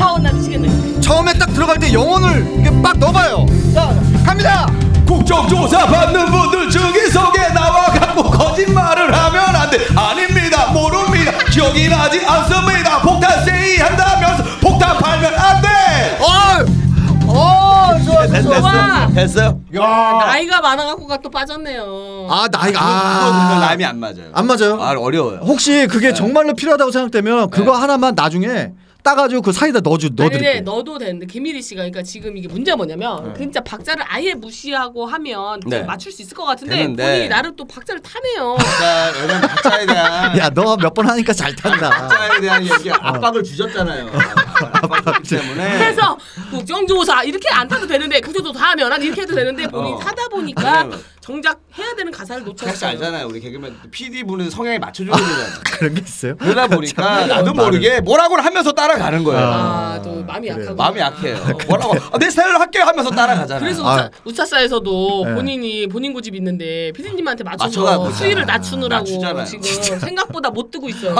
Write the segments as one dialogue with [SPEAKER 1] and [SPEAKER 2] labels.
[SPEAKER 1] 아우 어, 나 미치겠네.
[SPEAKER 2] 처음에 딱 들어갈 때 영혼을 이렇게 빡 넣어봐요. 자, 갑니다.
[SPEAKER 3] 국정조사 받는 분들 중에 속에 나와갖고 거짓말을 하면 안 돼. 아닙니다. 모릅니다. 기억이 나지 않습니다. 폭탄 세이 한다면서 폭탄 팔면 안 돼.
[SPEAKER 2] 어, 어, 좋아, 좋아, 좋아.
[SPEAKER 1] 와.
[SPEAKER 3] 됐어요?
[SPEAKER 2] 야,
[SPEAKER 1] 나이가 많아갖고가 또 빠졌네요.
[SPEAKER 2] 아 나이가
[SPEAKER 3] 그건
[SPEAKER 2] 아,
[SPEAKER 3] 라임이 안 맞아요.
[SPEAKER 2] 안 맞아요.
[SPEAKER 3] 아 어려워요.
[SPEAKER 2] 혹시 그게 정말로 필요하다고 생각되면 그거 하나만 나중에 따가지고 그 사이다 넣어주
[SPEAKER 1] 아니, 근데
[SPEAKER 2] 넣어드릴게요.
[SPEAKER 1] 넣어도 되는데 김일희 씨가 그러니까 지금 이게 문제가 뭐냐면 진짜 박자를 아예 무시하고 하면 그냥
[SPEAKER 3] 네.
[SPEAKER 1] 맞출 수 있을 것 같은데
[SPEAKER 3] 되는데.
[SPEAKER 1] 본인이 나름 또 박자를 타네요.
[SPEAKER 3] 자, 여러분 박자에 대한
[SPEAKER 2] 야, 너 몇 번 하니까 잘 탄다.
[SPEAKER 3] 박자에 대한 여기 어. 압박을 주셨잖아요. 압박 때문에
[SPEAKER 1] 그래서 국정조사 이렇게 안 타도 되는데 국정조사 하면 난 이렇게 해도 되는데 본인
[SPEAKER 3] 어.
[SPEAKER 1] 타다 보니까
[SPEAKER 3] 아니요.
[SPEAKER 1] 정작 해야 되는 가사를
[SPEAKER 3] 사실
[SPEAKER 1] 놓쳤어요.
[SPEAKER 3] 알잖아요. 우리 개그맨 PD 분은 성향에 맞춰줘야 되잖아요.
[SPEAKER 2] 그런 게 있어요?
[SPEAKER 3] 그러다 보니까 나도 모르게 뭐라고 하면서 따라가는 거예요.
[SPEAKER 1] 아또 마음이
[SPEAKER 2] 그래요.
[SPEAKER 1] 약하고
[SPEAKER 3] 마음이 약해요.
[SPEAKER 2] 그러니까.
[SPEAKER 3] 뭐라고 아, 내 스타일로 할게 하면서 따라가잖아.
[SPEAKER 1] 그래서
[SPEAKER 2] 아.
[SPEAKER 1] 우차, 우차사에서도
[SPEAKER 2] 네.
[SPEAKER 1] 본인이 본인 고집 있는데 피디님한테 맞춰서
[SPEAKER 3] 맞춰가지고
[SPEAKER 1] 수위를 낮추느라고
[SPEAKER 3] 낮추잖아요.
[SPEAKER 1] 지금 생각보다 못 뜨고 있어요.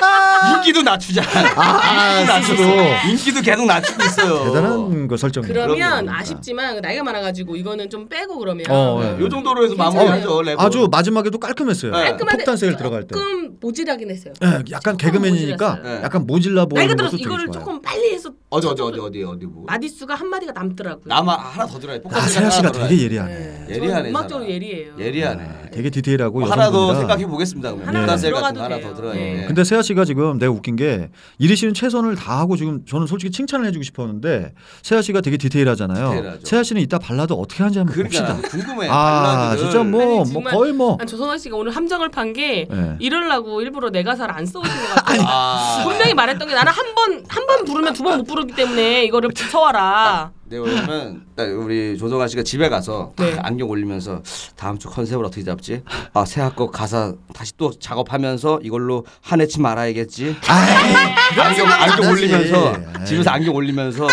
[SPEAKER 1] 아.
[SPEAKER 3] 인기도 낮추잖아.
[SPEAKER 2] 아,
[SPEAKER 3] 인기도 낮추고
[SPEAKER 2] 스스로.
[SPEAKER 3] 인기도 계속 낮추고 있어요.
[SPEAKER 2] 대단한 거 설정.
[SPEAKER 1] 그러면
[SPEAKER 3] 그럼요.
[SPEAKER 1] 아쉽지만 나이가 많아가지고 이거는 좀 빼고 그러면 음,
[SPEAKER 2] 어, 예.
[SPEAKER 3] 네. 요 정도로 해서 마무리하죠. 랩.
[SPEAKER 2] 아주 마지막에도 깔끔했어요.
[SPEAKER 3] 네.
[SPEAKER 1] 깔끔한데
[SPEAKER 2] 폭탄 세일 들어갈 때.
[SPEAKER 1] 조금 모질하긴 했어요.
[SPEAKER 2] 예, 약간 개그맨이니까
[SPEAKER 3] 모질랐어요.
[SPEAKER 2] 약간 모질라
[SPEAKER 1] 나이가
[SPEAKER 2] 뭐 보이는
[SPEAKER 1] 들어서
[SPEAKER 2] 것도 되게
[SPEAKER 1] 이거를
[SPEAKER 2] 좋아요.
[SPEAKER 1] 조금 빨리 해서
[SPEAKER 3] 어디 어디 어디 어디 어디 뭐.
[SPEAKER 1] 마디수가 한 마디가 남더라고요.
[SPEAKER 3] 남아 하나 더 들어야 돼.
[SPEAKER 2] 아, 세아 씨가 되게 예리하네.
[SPEAKER 1] 네.
[SPEAKER 3] 예리하네,
[SPEAKER 1] 저는 음악적으로
[SPEAKER 3] 사람.
[SPEAKER 1] 예리해요.
[SPEAKER 3] 예리하네. 어,
[SPEAKER 2] 되게 디테일하고
[SPEAKER 3] 뭐 하나 더
[SPEAKER 2] 뭐 여성분이라.
[SPEAKER 3] 생각해 보겠습니다.
[SPEAKER 1] 하나
[SPEAKER 3] 하나 더 같은
[SPEAKER 1] 들어가도
[SPEAKER 3] 거 하나
[SPEAKER 1] 돼요.
[SPEAKER 3] 더 예. 들어야
[SPEAKER 1] 네.
[SPEAKER 3] 돼.
[SPEAKER 2] 근데 세아 씨가 지금 내가 웃긴 게 이리 씨는 최선을 다하고 지금 저는 솔직히 칭찬을 해주고 싶었는데 세아 씨가 되게 디테일하잖아요.
[SPEAKER 3] 디테일하죠.
[SPEAKER 2] 세아 씨는 이따 발라드 어떻게 하는지 한번
[SPEAKER 3] 그러니까
[SPEAKER 2] 봅시다.
[SPEAKER 3] 궁금해.
[SPEAKER 2] 아
[SPEAKER 3] 발라드를.
[SPEAKER 2] 진짜 뭐,
[SPEAKER 1] 아니,
[SPEAKER 2] 뭐
[SPEAKER 1] 정말-
[SPEAKER 2] 거의 뭐
[SPEAKER 1] 난 조성아 씨가 오늘 함정을 판 게
[SPEAKER 2] 예.
[SPEAKER 1] 이럴라고 일부러 내 가사를 안 써오신 것 같아요.
[SPEAKER 3] 아.
[SPEAKER 1] 분명히 말했던 게 나는 한 번 한 번 부르면 두 번 못 부르기 때문에 이거를 붙여와라.
[SPEAKER 3] 네, 그러면 딱 우리 조성아 씨가 집에 가서
[SPEAKER 1] 네.
[SPEAKER 3] 딱 안경 올리면서 다음 주 컨셉을 어떻게 잡지? 아, 새하 거 가사 다시 또 작업하면서 이걸로 화내지 말아야겠지. 안경, 안경
[SPEAKER 2] 안 하지. 예,
[SPEAKER 1] 예,
[SPEAKER 3] 올리면서 집에서 안경 올리면서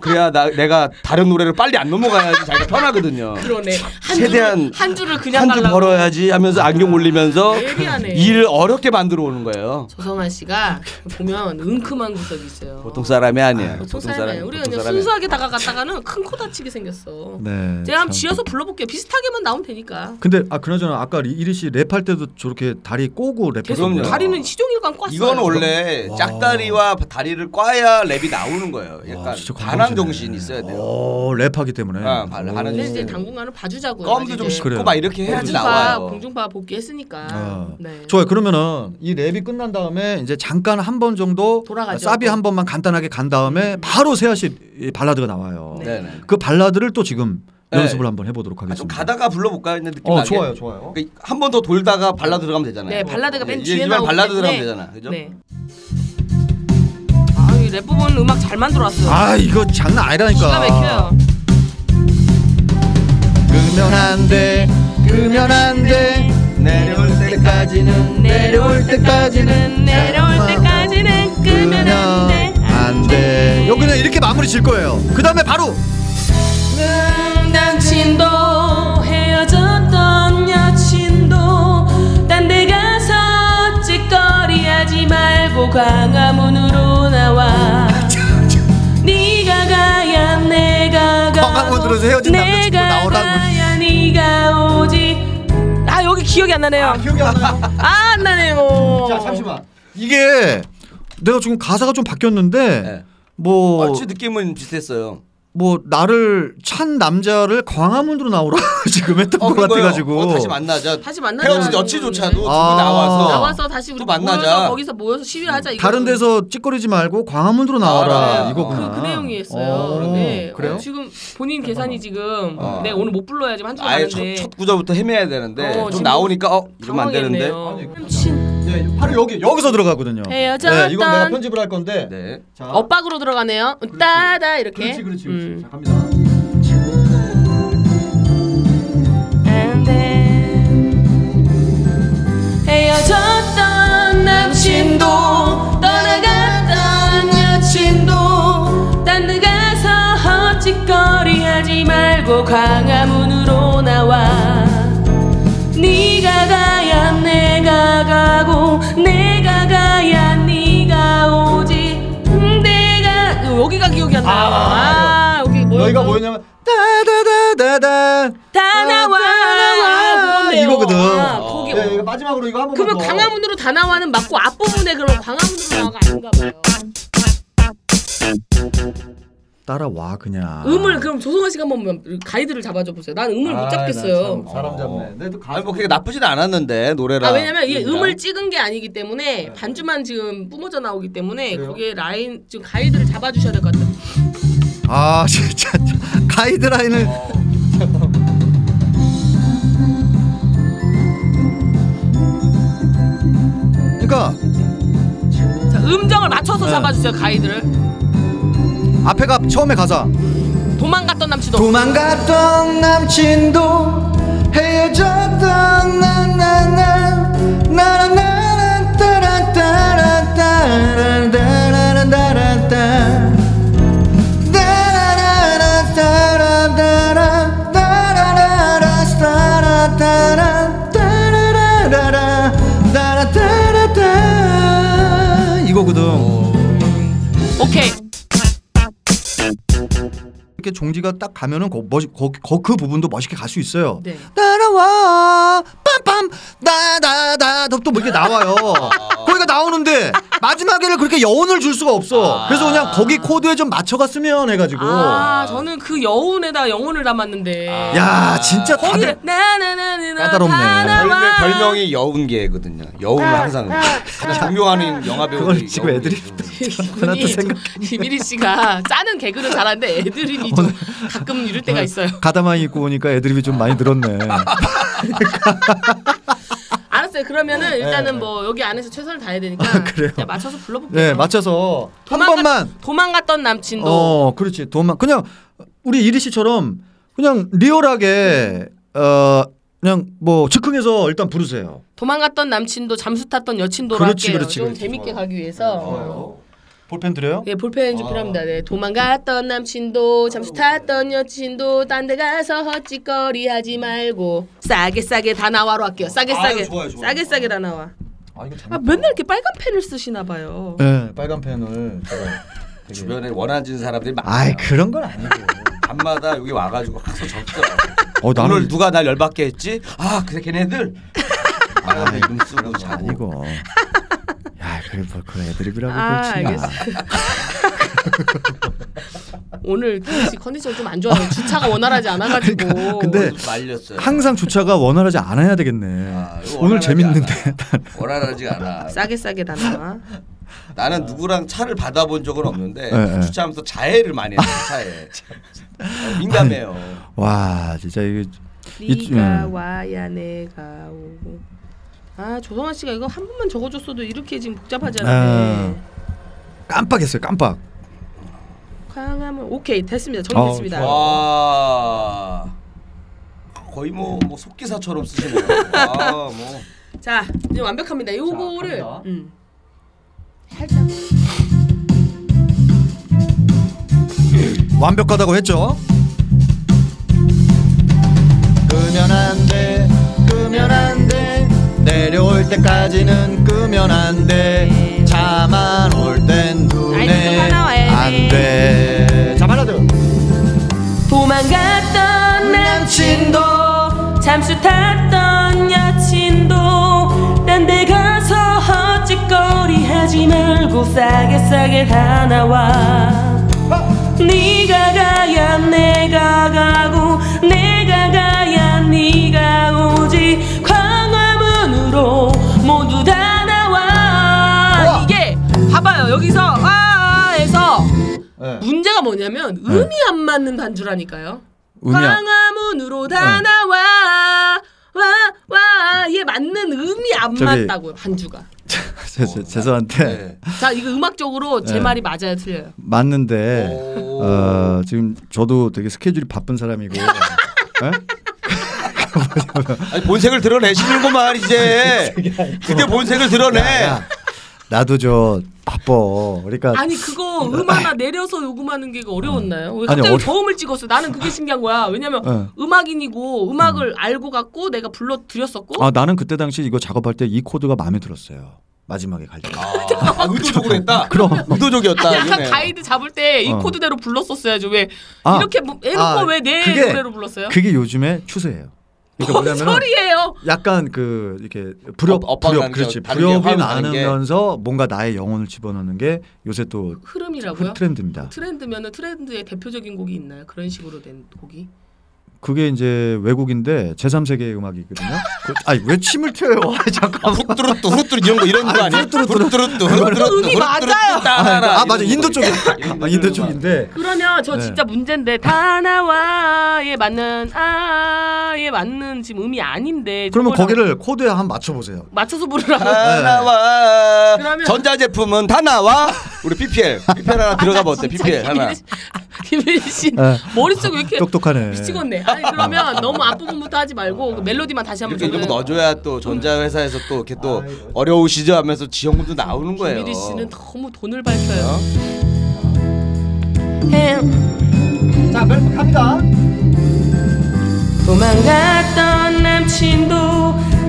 [SPEAKER 3] 그래야 나 내가 다른 노래를 빨리 안 넘어가야지 자기가 편하거든요.
[SPEAKER 1] 그러네. 한
[SPEAKER 3] 최대한
[SPEAKER 1] 줄을, 한 줄을 그냥
[SPEAKER 3] 한 주
[SPEAKER 1] 달라고.
[SPEAKER 3] 벌어야지 하면서 안경 올리면서
[SPEAKER 1] 예리하네.
[SPEAKER 3] 일을 어렵게 만들어 오는 거예요.
[SPEAKER 1] 조성아 씨가 보면 은큼한 구석이 있어요.
[SPEAKER 3] 보통 사람이 아니에요.
[SPEAKER 1] 보통 사람이 아니에요. 우리가
[SPEAKER 3] 보통 사람이
[SPEAKER 1] 그냥
[SPEAKER 3] 음, 아니에요.
[SPEAKER 1] 순수하게 다가갔다가는 큰 코 다치게 생겼어.
[SPEAKER 2] 네.
[SPEAKER 1] 제가
[SPEAKER 2] 참.
[SPEAKER 1] 한번 지어서 불러볼게요. 비슷하게만 나오면 되니까.
[SPEAKER 2] 근데 아 그나저나 아까 리- 이리 씨 랩할 때도 저렇게 다리 꼬고
[SPEAKER 3] 그럼요.
[SPEAKER 2] 랩했었는데
[SPEAKER 1] 다리는 시종일관 꽈어
[SPEAKER 3] 이건 원래
[SPEAKER 2] 와.
[SPEAKER 3] 짝다리와 다리를 꽈야 랩이 나오는 거예요.
[SPEAKER 2] 와,
[SPEAKER 3] 아, 약간
[SPEAKER 2] 진짜
[SPEAKER 3] 반항
[SPEAKER 2] 건방지네.
[SPEAKER 3] 정신이 있어야 돼요.
[SPEAKER 2] 어, 랩하기 때문에.
[SPEAKER 3] 아, 발-
[SPEAKER 2] 오.
[SPEAKER 3] 하는
[SPEAKER 1] 근데 네, 이제 당분간은 봐주자고요.
[SPEAKER 3] 껌도 좀
[SPEAKER 1] 어. 이제
[SPEAKER 3] 씹고
[SPEAKER 2] 그래요.
[SPEAKER 3] 막 이렇게 해야지
[SPEAKER 1] 공중파
[SPEAKER 3] 나와요.
[SPEAKER 1] 공중파 복귀했으니까.
[SPEAKER 2] 아.
[SPEAKER 1] 네.
[SPEAKER 2] 좋아요. 그러면은 이 랩이 끝난 다음에 이제 잠깐 한 번 정도
[SPEAKER 1] 돌아가죠.
[SPEAKER 2] 사비 한 번만 간단하게 간 다음에 바로 세아 씨 발라드가 나와요.
[SPEAKER 3] 네. 네.
[SPEAKER 2] 그 발라드를 또 지금
[SPEAKER 3] 네.
[SPEAKER 2] 연습을 한번 해보도록
[SPEAKER 3] 아, 좀
[SPEAKER 2] 하겠습니다.
[SPEAKER 3] 가다가 불러볼까요? 근데 느낌
[SPEAKER 2] 어,
[SPEAKER 3] 나게. 그러니까
[SPEAKER 2] 좋아요, 좋아요.
[SPEAKER 3] 한 번 더 돌다가 발라드 들어가면 되잖아요.
[SPEAKER 1] 네, 발라드가 맨
[SPEAKER 3] 예,
[SPEAKER 1] 뒤에
[SPEAKER 3] 일반
[SPEAKER 1] 나오기
[SPEAKER 3] 발라드
[SPEAKER 1] 때문에.
[SPEAKER 3] 들어가면 되잖아. 그죠?
[SPEAKER 1] 네. 아, 이 랩 부분 음악 잘 만들어왔어요.
[SPEAKER 2] 아 그러니까. 이거 장난 아니라니까.
[SPEAKER 1] 기가 막혀요.
[SPEAKER 2] 끄면 안 돼, 끄면 안 돼.
[SPEAKER 3] 내려올 때까지는
[SPEAKER 1] 내려올 때까지는 아, 내려올 때까지는 끄면 안 돼.
[SPEAKER 2] 안 돼. 여기는 이렇게 마무리 질 거예요. 그 다음에 바로
[SPEAKER 1] 음, 남친도 헤어졌던 여친도 딴 데 가서 찌꺼리하지 말고 광화문으로 나와 네가 가야 내가 가
[SPEAKER 2] 광화문으로 헤어진 남자친구 나오라고.
[SPEAKER 1] 가야 네가 오지 아 여기 기억이 안 나네요
[SPEAKER 2] 기억이 안 나요.
[SPEAKER 1] 아 안 나네요
[SPEAKER 2] 이게 내가 지금 가사가 좀 바뀌었는데
[SPEAKER 3] 네.
[SPEAKER 2] 뭐
[SPEAKER 3] 얼추 느낌은 비슷했어요.
[SPEAKER 2] 뭐 나를 찬 남자를 광화문으로 나오라 지금 했던
[SPEAKER 3] 어,
[SPEAKER 2] 것
[SPEAKER 3] 그런 거예요.
[SPEAKER 2] 같아가지고
[SPEAKER 3] 어, 다시 만나자.
[SPEAKER 1] 다시 만나자. 어.
[SPEAKER 3] 헤어진 여친조차도 두고
[SPEAKER 2] 아.
[SPEAKER 3] 나와서
[SPEAKER 1] 네. 나와서 다시 우리
[SPEAKER 3] 또 만나자.
[SPEAKER 1] 모여서 거기서 모여서 시위를 하자 이거
[SPEAKER 2] 다른 데서 찌꺼리지 말고 광화문으로 나와라
[SPEAKER 3] 아,
[SPEAKER 2] 이거구나.
[SPEAKER 1] 그, 그 내용이었어요.
[SPEAKER 2] 어,
[SPEAKER 1] 네.
[SPEAKER 2] 그래요?
[SPEAKER 1] 어, 지금 본인 계산이 지금
[SPEAKER 3] 어.
[SPEAKER 1] 네 오늘 못 불러야 지금 한 주가
[SPEAKER 3] 아예
[SPEAKER 1] 가는데
[SPEAKER 3] 첫, 첫 구절부터 헤매야 되는데
[SPEAKER 1] 어,
[SPEAKER 3] 좀
[SPEAKER 1] 지금
[SPEAKER 3] 나오니까 어 이러면 안 되는데.
[SPEAKER 1] 당황했네요. 친
[SPEAKER 2] 네, 바로 여기 여기서 들어가거든요.
[SPEAKER 1] 헤어졌던-
[SPEAKER 2] 네, 이건 내가 편집을 할 건데.
[SPEAKER 3] 네.
[SPEAKER 2] 자,
[SPEAKER 1] 엇박으로 들어가네요. 음, 따다 이렇게.
[SPEAKER 2] 그렇지 그렇지 그렇지.
[SPEAKER 1] 음.
[SPEAKER 2] 자, 갑니다.
[SPEAKER 1] 안 돼. 헤어졌던 남친도 떠나갔던 여친도 딴 데 가서 헛짓거리 하지 말고 광화문으로 나와 네가 가야 내가 가고 내가 가야 네가 오지 기억난다. 아, 여기 뭐였
[SPEAKER 2] 너희가 뭐였냐면 따다다다다
[SPEAKER 1] 다 나와. 그건데요.
[SPEAKER 2] 이거거든.
[SPEAKER 1] 아, 거기.
[SPEAKER 2] 네, 이거 마지막으로 이거 한번
[SPEAKER 1] 그러면 광화문으로 다 나와는 맞고 앞부분에 그럼
[SPEAKER 2] 네.
[SPEAKER 1] 광화문으로 나와가 아닌가 봐요.
[SPEAKER 2] 따라와 그냥.
[SPEAKER 1] 음을 그럼 조성아 씨가 한번 가이드를 잡아줘 보세요. 난 음을
[SPEAKER 2] 네,
[SPEAKER 1] 못 잡겠어요.
[SPEAKER 2] 사람 잡네. 근데 또
[SPEAKER 3] 아니
[SPEAKER 2] 가수
[SPEAKER 3] 뭐 그게 나쁘진 않았는데 노래랑.
[SPEAKER 1] 아 왜냐면 이
[SPEAKER 3] 그러니까.
[SPEAKER 1] 음을 찍은 게 아니기 때문에 반주만 지금 뿜어져 나오기 때문에
[SPEAKER 2] 네, 그래요?
[SPEAKER 1] 거기에 라인 지금 가이드를 잡아주셔야 될 것 같아요.
[SPEAKER 2] 아 진짜 가이드라인을
[SPEAKER 3] 어,
[SPEAKER 2] 그러니까
[SPEAKER 1] 자, 음정을 맞춰서
[SPEAKER 2] 네.
[SPEAKER 1] 잡아주세요 가이드를.
[SPEAKER 2] 앞에가 처음에 가사
[SPEAKER 1] 도망갔던 남친도
[SPEAKER 2] 도망갔던 남친도 헤어졌던 나나나 나나나 따라따라따라따라따라따라 이거거든.
[SPEAKER 1] 오케이.
[SPEAKER 2] 이렇게 종지가 딱 가면은 거, 멋, 거, 거, 그 부분도 멋있게 갈 수 있어요.
[SPEAKER 1] 네.
[SPEAKER 2] 따라와 빰빰 나나나또뭐 이렇게 나와요. 거기가 나오는데 마지막에를 그렇게 여운을 줄 수가 없어. 그래서 그냥 거기 코드에 좀 맞춰갔으면 해가지고.
[SPEAKER 1] 아 저는 그 여운에다 영혼을 담았는데.
[SPEAKER 2] 야 진짜
[SPEAKER 1] 거기에
[SPEAKER 2] 다들
[SPEAKER 1] 나나나나나
[SPEAKER 2] 아. 까다롭네.
[SPEAKER 1] 하나만.
[SPEAKER 3] 별명, 별명이 여운계거든요. 여운을
[SPEAKER 1] 아,
[SPEAKER 3] 항상 가장 존경하는 영화 배우.
[SPEAKER 2] 그걸 지금 애들이 하나 또
[SPEAKER 1] 이분이
[SPEAKER 2] 생각.
[SPEAKER 1] 이미리 씨가 짜는 개그는 잘하는데 애드립이 좀 가끔 이럴 때가 있어요.
[SPEAKER 2] 가다만 입고 오니까 애드립이 좀 많이 늘었네.
[SPEAKER 1] 알았어요. 그러면은 일단은 뭐 여기 안에서 최선을 다해야 되니까
[SPEAKER 2] 네. 아, 그래요?
[SPEAKER 1] 그냥 맞춰서 불러볼게요.
[SPEAKER 2] 네 맞춰서 한
[SPEAKER 1] 도망갔-
[SPEAKER 2] 번만.
[SPEAKER 1] 도망갔던 남친도
[SPEAKER 2] 어 그렇지 돈만 그냥 우리 이리 씨처럼 그냥 리얼하게 어 그냥 뭐 즉흥해서 일단 부르세요.
[SPEAKER 1] 도망갔던 남친도 잠수 탔던 여친도 로
[SPEAKER 2] 그렇지,
[SPEAKER 1] 할게요.
[SPEAKER 2] 그렇지,
[SPEAKER 1] 좀
[SPEAKER 2] 그렇지. 어.
[SPEAKER 1] 재밌게 가기 위해서 어.
[SPEAKER 2] 볼펜 드려요?
[SPEAKER 1] 예 볼펜
[SPEAKER 2] 아.
[SPEAKER 1] 좀 필요합니다. 네 도망갔던 남친도 잠수 탔던 여친도 딴 데 가서 헛짓거리 하지 말고 싸게 싸게 다 나와로 할게요. 싸게
[SPEAKER 3] 아유,
[SPEAKER 1] 싸게
[SPEAKER 3] 좋아요, 좋아요.
[SPEAKER 1] 싸게 싸게 다 나와.
[SPEAKER 2] 아 이거 재밌다.
[SPEAKER 1] 아 맨날 이렇게 빨간 펜을 쓰시나 봐요.
[SPEAKER 2] 네, 빨간 펜을 제가 되게-
[SPEAKER 3] 주변에 원하는 사람들이 많아요.
[SPEAKER 2] 아이 그런 건 아니고.
[SPEAKER 3] 밤마다 여기 와가지고 항상 적더라고.
[SPEAKER 2] 어
[SPEAKER 3] 오늘
[SPEAKER 2] 나는
[SPEAKER 3] 누가 날 열받게 했지? 아 그래 걔네들. 아 이름 쓰고 자고.
[SPEAKER 2] 아니고. 야 그래 뭐 그런 애드립이라고
[SPEAKER 1] 아,
[SPEAKER 2] 그렇지 마.
[SPEAKER 1] 오늘 김씨 컨디션 좀 안 좋아요. 주차가 원활하지 않아가지고.
[SPEAKER 2] 그러니까, 근데
[SPEAKER 3] 오늘 말렸어요.
[SPEAKER 2] 항상 주차가 원활하지 않아야 되겠네.
[SPEAKER 3] 아, 이거
[SPEAKER 2] 오늘
[SPEAKER 3] 원활하지
[SPEAKER 2] 재밌는데.
[SPEAKER 3] 않아. 원활하지가 않아.
[SPEAKER 1] 싸게 싸게 다 나와.
[SPEAKER 2] 아.
[SPEAKER 3] 나는 누구랑 차를 받아본 적은 없는데
[SPEAKER 2] 예, 예.
[SPEAKER 3] 주차하면서 자해를 많이 했어 차에. 어, 민감해요.
[SPEAKER 2] 와 진짜 이게 이-
[SPEAKER 1] 네가
[SPEAKER 2] 음.
[SPEAKER 1] 와야 내가 오고. 아 조성아 씨가 이거 한 번만 적어줬어도 이렇게 지금 네. 복잡하지
[SPEAKER 2] 아.
[SPEAKER 1] 않은데.
[SPEAKER 2] 깜빡했어요 깜빡.
[SPEAKER 1] 광화문 오케이 됐습니다.
[SPEAKER 2] 어,
[SPEAKER 1] 정리됐습니다.
[SPEAKER 3] 와 아. 거의 뭐, 뭐 속기사처럼 쓰시네요. 아뭐
[SPEAKER 1] 자 이제 완벽합니다. 요거를
[SPEAKER 3] 갑니다.
[SPEAKER 1] 음. 살짝
[SPEAKER 2] 완벽하다고 했죠. 끄면 안 돼, 끄면 안 돼. 내려올 때까지는 끄면 안 돼. 자만 올 땐 눈에
[SPEAKER 1] 아이스크림 하나 와야
[SPEAKER 2] 안 돼. 자만 하들
[SPEAKER 1] 도망갔던 남친도 잠수 탔던 여친도 딴 데 가서 헛짓거리 하지 말고 싸게 싸게 다 나와 네가 가야 내가 가고 내가 가야 네가 오지 광화문으로 모두 다 나와
[SPEAKER 2] 우와.
[SPEAKER 1] 이게 봐봐요 여기서 아에서 문제가 뭐냐면 음이 안 맞는 반주라니까요.
[SPEAKER 2] 네. 음이 안-
[SPEAKER 1] 광화문으로 다
[SPEAKER 2] 어.
[SPEAKER 1] 나와 와와얘 맞는 음이 안
[SPEAKER 2] 저기-
[SPEAKER 1] 맞다고요 반주가.
[SPEAKER 2] 죄송한데
[SPEAKER 3] 네.
[SPEAKER 1] 자 이거 음악적으로 제
[SPEAKER 2] 네.
[SPEAKER 1] 말이 맞아요 틀려요.
[SPEAKER 2] 맞는데
[SPEAKER 3] 오.
[SPEAKER 2] 어, 지금 저도 되게 스케줄이 바쁜 사람이고. 예?
[SPEAKER 3] 아니, 본색을 드러내시는구만 이제. 그때 본색을 드러내.
[SPEAKER 2] 야, 나도 저 바빠. 그러니까
[SPEAKER 1] 아니 그거 음 하나 내려서 녹음하는 게 어려웠나요? 왜
[SPEAKER 2] 아니,
[SPEAKER 1] 갑자기
[SPEAKER 2] 어려-
[SPEAKER 1] 저음을 찍었어? 나는 그게 신기한 거야. 왜냐면
[SPEAKER 2] 네.
[SPEAKER 1] 음악인이고 음악을 알고 갖고 내가 불러 드렸었고
[SPEAKER 2] 아 나는 그때 당시 이거 작업할 때 이 코드가 마음에 들었어요. 마지막에 갈려.
[SPEAKER 3] 아, 의도적으로 했다.
[SPEAKER 2] 그럼.
[SPEAKER 3] 의도적이었다.
[SPEAKER 1] 약간
[SPEAKER 3] 이거네.
[SPEAKER 1] 가이드 잡을 때 이
[SPEAKER 2] 어.
[SPEAKER 1] 코드대로 불렀었어야죠. 왜
[SPEAKER 2] 아.
[SPEAKER 1] 이렇게 뭐- 해놓고
[SPEAKER 2] 아,
[SPEAKER 1] 왜 내
[SPEAKER 2] 그게-
[SPEAKER 1] 노래로 불렀어요? 어,
[SPEAKER 2] 그게 요즘에 추세예요. 그러니까
[SPEAKER 1] 뭔
[SPEAKER 2] 뭐냐면은
[SPEAKER 1] 소리예요?
[SPEAKER 2] 약간 그 이렇게 불협
[SPEAKER 3] 어- 엇박
[SPEAKER 2] 불협
[SPEAKER 3] 나는
[SPEAKER 2] 그렇지
[SPEAKER 3] 게 다른 게,
[SPEAKER 2] 불협이
[SPEAKER 3] 화음 나는 게.
[SPEAKER 2] 나면서 뭔가 나의 영혼을 집어넣는 게 요새 또
[SPEAKER 1] 흐름이라고요?
[SPEAKER 2] 트렌드입니다.
[SPEAKER 1] 트렌드면은 트렌드의 대표적인 곡이 있나요? 그런 식으로 된 곡이?
[SPEAKER 2] 그게 이제 외국인데 제3세계의 음악이거든요. 그, 아니 왜 침을 튀어요? 아, 잠깐만.
[SPEAKER 3] 후뚜루뚜 후뚜루 이런 거 이런 거 아니야? 후뚜루뚜 후뚜루뚜
[SPEAKER 1] 음이 맞아요.
[SPEAKER 3] 따라라.
[SPEAKER 2] 아 맞아
[SPEAKER 3] 뭐 이런
[SPEAKER 2] 인도
[SPEAKER 3] 거.
[SPEAKER 2] 쪽이 아, 인도 쪽인데
[SPEAKER 1] 그러면 저
[SPEAKER 2] 네.
[SPEAKER 1] 진짜 문제인데 다나와에 맞는 아에 맞는 지금 음이 아닌데
[SPEAKER 2] 그러면
[SPEAKER 1] 저거랑
[SPEAKER 2] 거기를 코드에 한 맞춰 보세요.
[SPEAKER 1] 맞춰서 부르라고
[SPEAKER 3] 다
[SPEAKER 2] 네.
[SPEAKER 3] 나와.
[SPEAKER 1] 그러면-
[SPEAKER 3] 전자제품은 다 나와. 우리 PPL. PPL 하나 들어가 봐 어때?
[SPEAKER 1] 진짜
[SPEAKER 3] PPL 하나.
[SPEAKER 1] 김민희 씨- 김민희 씨
[SPEAKER 2] 네.
[SPEAKER 1] 머릿속에 왜 이렇게
[SPEAKER 2] 똑똑하네.
[SPEAKER 1] 미치겠네. 아니 그러면 너무 앞부분부터 하지 말고 그 멜로디만 다시 한번
[SPEAKER 3] 이렇게 이런 거
[SPEAKER 1] 저는-
[SPEAKER 3] 넣어줘야 또 전자회사에서 또 이렇게 또 어려우시죠 하면서 지원금도 나오는 거예요.
[SPEAKER 1] 김민희 씨는 너무 돈을
[SPEAKER 2] 어?
[SPEAKER 1] 밝혀요. 음.
[SPEAKER 2] 자 멜로 갑니다.
[SPEAKER 1] 도망갔던 남친도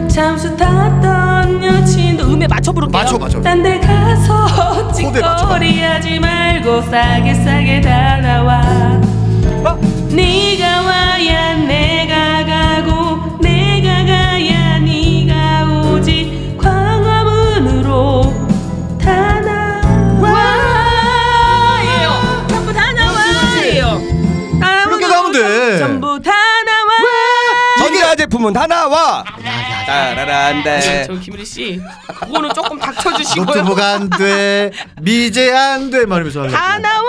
[SPEAKER 1] 잠수 탔던 여친도 음에 맞춰 부를게요
[SPEAKER 2] 맞춰, 맞춰.
[SPEAKER 1] 딴 데 가서
[SPEAKER 2] 코드에 맞춰.
[SPEAKER 1] 찌꺼리 하지 말고 싸게 싸게 다 나와
[SPEAKER 2] 어?
[SPEAKER 1] 네가 와야 내가 가고 내가 가야 네가 오지 광화문으로 다 나와예요 전부 다 나와예요
[SPEAKER 2] 그렇게 나오면 돼.
[SPEAKER 1] 전부 다 나와.
[SPEAKER 3] 전자제품은 다 나와. 따라란데.
[SPEAKER 1] 아, 저 김일희 씨, 그거는 조금 닥쳐주시고요.
[SPEAKER 2] 아, 노트북 안 돼, 미제 안 돼, 말면서 하려고.
[SPEAKER 1] 다 아, 나와.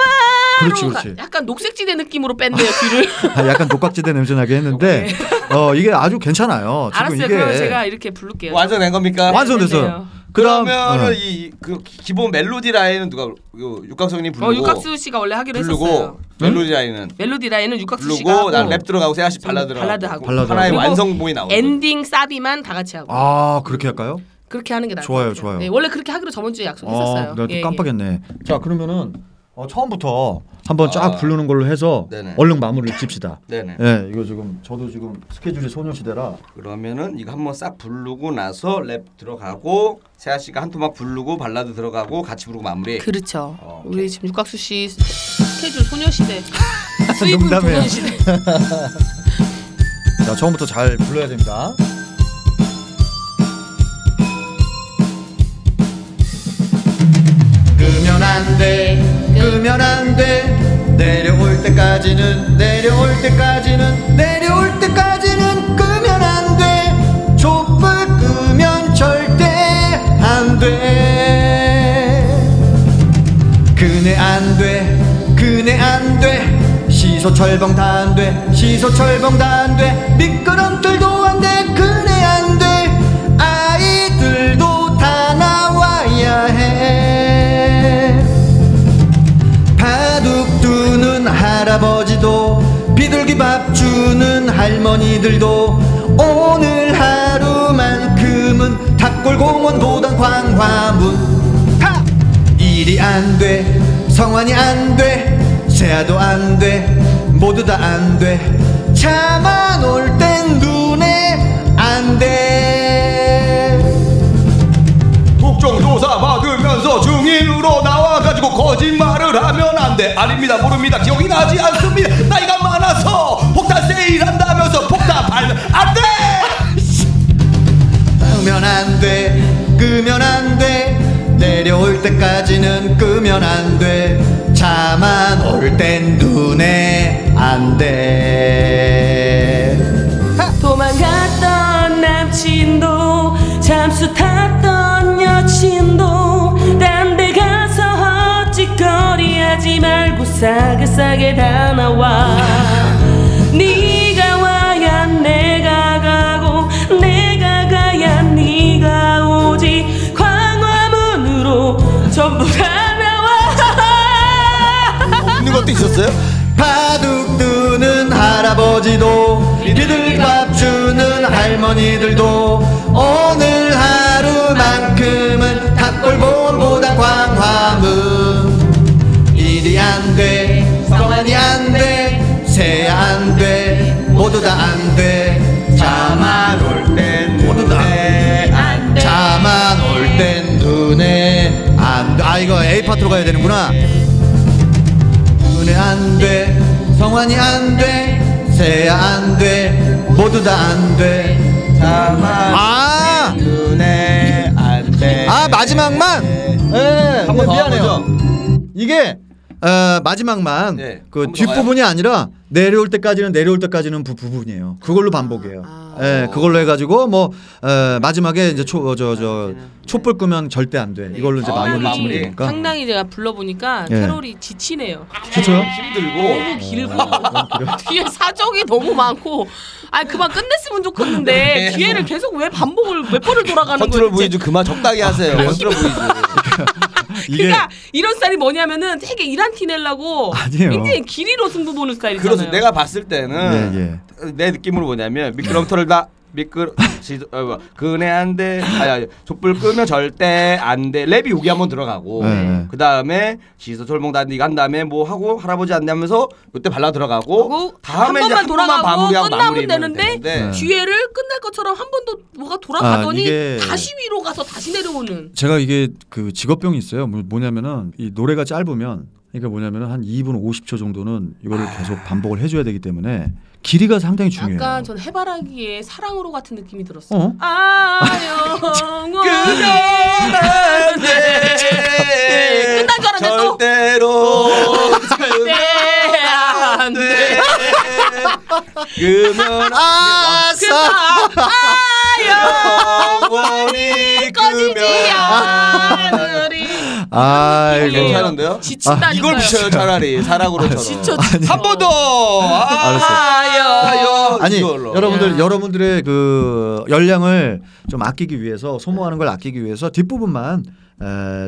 [SPEAKER 2] 그렇지, 그렇지.
[SPEAKER 1] 약간 녹색지대 느낌으로 뺐네요 귀를.
[SPEAKER 2] 아, 약간 녹각지대 냄새 나게 했는데 어 이게 아주 괜찮아요. 지금
[SPEAKER 1] 아, 네. 알았어요.
[SPEAKER 2] 이게
[SPEAKER 1] 그럼 제가 이렇게 부를게요. 어,
[SPEAKER 3] 완성된
[SPEAKER 1] 아,
[SPEAKER 3] 겁니까?
[SPEAKER 2] 완성됐어요.
[SPEAKER 1] 됐네요.
[SPEAKER 2] 그다음,
[SPEAKER 3] 그러면은
[SPEAKER 2] 어.
[SPEAKER 3] 이그 기본 멜로디 라인은 누가 요 육각성님 부르고
[SPEAKER 1] 어 육각수 씨가 원래 하기로 했었어요.
[SPEAKER 3] 부르고 멜로디 라인은
[SPEAKER 1] 멜로디 라인은 육각수 씨가
[SPEAKER 3] 부르고
[SPEAKER 1] 하고
[SPEAKER 3] 난랩 들어가고 세아 씨 발라드
[SPEAKER 1] 저는
[SPEAKER 3] 들어가고
[SPEAKER 1] 발라드 하고.
[SPEAKER 2] 발라드
[SPEAKER 3] 하나의
[SPEAKER 1] 하고.
[SPEAKER 3] 완성본이 나오고
[SPEAKER 1] 엔딩 사비만 다 같이 하고
[SPEAKER 2] 아 그렇게 할까요?
[SPEAKER 1] 그렇게 하는 게 나을
[SPEAKER 2] 좋아요,
[SPEAKER 1] 것 같아요.
[SPEAKER 2] 좋아요.
[SPEAKER 1] 네, 원래 그렇게 하기로 저번 주에 약속했었어요.
[SPEAKER 2] 아, 내가 또
[SPEAKER 1] 예, 예.
[SPEAKER 2] 깜빡했네. 자 그러면은 어, 처음부터 한번 쫙
[SPEAKER 3] 아.
[SPEAKER 2] 부르는 걸로 해서
[SPEAKER 3] 네네.
[SPEAKER 2] 얼른 마무리를 칩시다.
[SPEAKER 3] 네네
[SPEAKER 2] 예, 이거 지금 저도 지금 스케줄이 소녀시대라.
[SPEAKER 3] 그러면은 이거 한번 싹 부르고 나서 랩 들어가고 세아 씨가 한 토막 부르고 발라드 들어가고 같이 부르고 마무리
[SPEAKER 1] 그렇죠.
[SPEAKER 3] 어, 오케이.
[SPEAKER 1] 우리 지금 육각수 씨 스케줄 소녀시대 수입은
[SPEAKER 2] 농담이에요.
[SPEAKER 1] 소녀시대.
[SPEAKER 2] 자 처음부터 잘 불러야 됩니다. 끄면 안돼 끄면 안돼 내려올 때까지는 내려올 때까지는 내려올 때까지는 끄면 안돼 촛불 끄면 절대 안돼 그네 안돼 그네 안돼 시소 철봉 다 안돼 시소 철봉 다 안돼 미끄럼틀도 안돼 그네 안돼 아이들도 다 나와야 해 바둑 두는 할아버지도 비둘기 밥 주는 할머니들도 오늘 하루만큼은 탑골공원보단 광화문 하! 일이 안 돼 성환이 안 돼 세아도 안 돼 모두 다 안 돼 차만 올 땐 눈에 안돼
[SPEAKER 3] 국정조사 받으면서 중인으로 나와가지고 거짓말을 하면 안 돼 아닙니다 모릅니다 기억이 나지 않습니다 나이가 많아서 폭탄 세일한다면서 폭탄 발면 안돼
[SPEAKER 2] 끄면 안 돼 끄면 안 돼 내려올 때까지는 끄면 안 돼 차만 올 땐 눈에 안돼
[SPEAKER 1] 도망갔던 남친도 잠수 탔던 여친도 딴 데 가서 헛짓거리 하지 말고 싸게 싸게 다 나와 네가 와야 내가 가고 내가 가야 네가 오지 광화문으로 전부 다 나와
[SPEAKER 3] 없는 것도 있었어요?
[SPEAKER 2] 바둑 두는 할아버지도 비둘밥 주는 할머니들도 오늘 하루만큼은 닭골본보다 광화문 일이 안돼 성환이 안돼 새야 안돼 모두 다 안돼 자만
[SPEAKER 3] 올 땐
[SPEAKER 2] 모두 다
[SPEAKER 3] 눈에
[SPEAKER 2] 자만 올 땐 눈에 아 이거 A 파트로 가야 되는구나. 은혜 안 돼, 성환이 안 돼, 세야 안 돼, 모두 다 안 돼.
[SPEAKER 3] 다만
[SPEAKER 2] 아,
[SPEAKER 3] 눈에 안돼
[SPEAKER 2] 아 마지막만. 예,
[SPEAKER 3] 네. 한번더
[SPEAKER 2] 미안해요.
[SPEAKER 3] 하죠.
[SPEAKER 2] 이게 어, 마지막만
[SPEAKER 3] 네,
[SPEAKER 2] 그
[SPEAKER 3] 한번더
[SPEAKER 2] 뒷부분이 아니라 내려올 때까지는 내려올 때까지는 부, 부분이에요. 그걸로 반복이에요.
[SPEAKER 4] 아.
[SPEAKER 2] 예, 그걸로 해가지고 뭐 어, 마지막에 이제 초 저 저 촛불 끄면 절대 안 돼. 이걸로 이제
[SPEAKER 3] 아,
[SPEAKER 2] 네. 어, 마무리를 지면
[SPEAKER 3] 마무리.
[SPEAKER 2] 되니까.
[SPEAKER 1] 어, 상당히 제가 불러보니까
[SPEAKER 2] 예.
[SPEAKER 1] 캐롤이 지치네요.
[SPEAKER 2] 그렇죠.
[SPEAKER 3] 힘들고
[SPEAKER 1] 길고 뒤에 사정이 너무 많고 아 그만 끝냈으면 좋겠는데 기회를 계속 왜 반복을 몇 번을 돌아가는 거예요?
[SPEAKER 3] 컨트롤
[SPEAKER 1] 대체?
[SPEAKER 3] V주 아, 그만 적당히 하세요 컨트롤 V주
[SPEAKER 2] 이게
[SPEAKER 1] 그러니까 이런 스타일이 뭐냐면은 되게 일한 티 내려고
[SPEAKER 2] 아니에요.
[SPEAKER 1] 굉장히 길이로 승부 보는 스타일이잖아요.
[SPEAKER 3] 그래서 내가 봤을 때는
[SPEAKER 2] 예,
[SPEAKER 3] 내 느낌으로 뭐냐면 미끄럼틀을 다 미끄러 지, 어, 뭐, 그네 안돼 아니, 아니 촛불 끄면 절대 안돼 랩이 여기 한번 들어가고
[SPEAKER 2] 네.
[SPEAKER 3] 그 다음에 시소 철봉 단디 간 다음에 뭐 하고 할아버지 안돼 하면서 이때 발라 들어가고
[SPEAKER 1] 하고 한 번만 돌아가고 끝나면
[SPEAKER 3] 마무리하면
[SPEAKER 1] 되는데
[SPEAKER 2] 네.
[SPEAKER 1] 기회를 끝날 것처럼 한 번 더 뭐가 돌아가더니
[SPEAKER 2] 아, 이게-
[SPEAKER 1] 다시 위로 가서 다시 내려오는
[SPEAKER 2] 제가 이게 그 직업병이 있어요. 뭐- 뭐냐면은 이 노래가 짧으면 그러니까 뭐냐면은 한 2분 50초 정도는 이거를 계속 반복을 해줘야 되기 때문에 길이가 상당히 중요해요.
[SPEAKER 1] 약간 전 해바라기의 사랑으로 같은 느낌이 들었어요.
[SPEAKER 2] 어?
[SPEAKER 1] 아 영원히
[SPEAKER 3] 안돼
[SPEAKER 1] 네, 끝난 줄 알았는데 또.
[SPEAKER 3] 절대로
[SPEAKER 1] 안 돼.
[SPEAKER 3] 안돼 그면
[SPEAKER 2] 아싸.
[SPEAKER 3] 영원히
[SPEAKER 1] 꺼지지
[SPEAKER 3] 끄면
[SPEAKER 1] 않으리
[SPEAKER 2] 아. 아이고.
[SPEAKER 3] 괜찮은데요?
[SPEAKER 1] 지친다니까요.
[SPEAKER 3] 이걸 비춰요 차라리 사랑으로처럼
[SPEAKER 1] 지쳐
[SPEAKER 3] 한 번 더! 알았어요
[SPEAKER 2] 아니 여러분들 여러분들의 그 열량을 좀 아끼기 위해서 소모하는 걸 아끼기 위해서 뒷부분만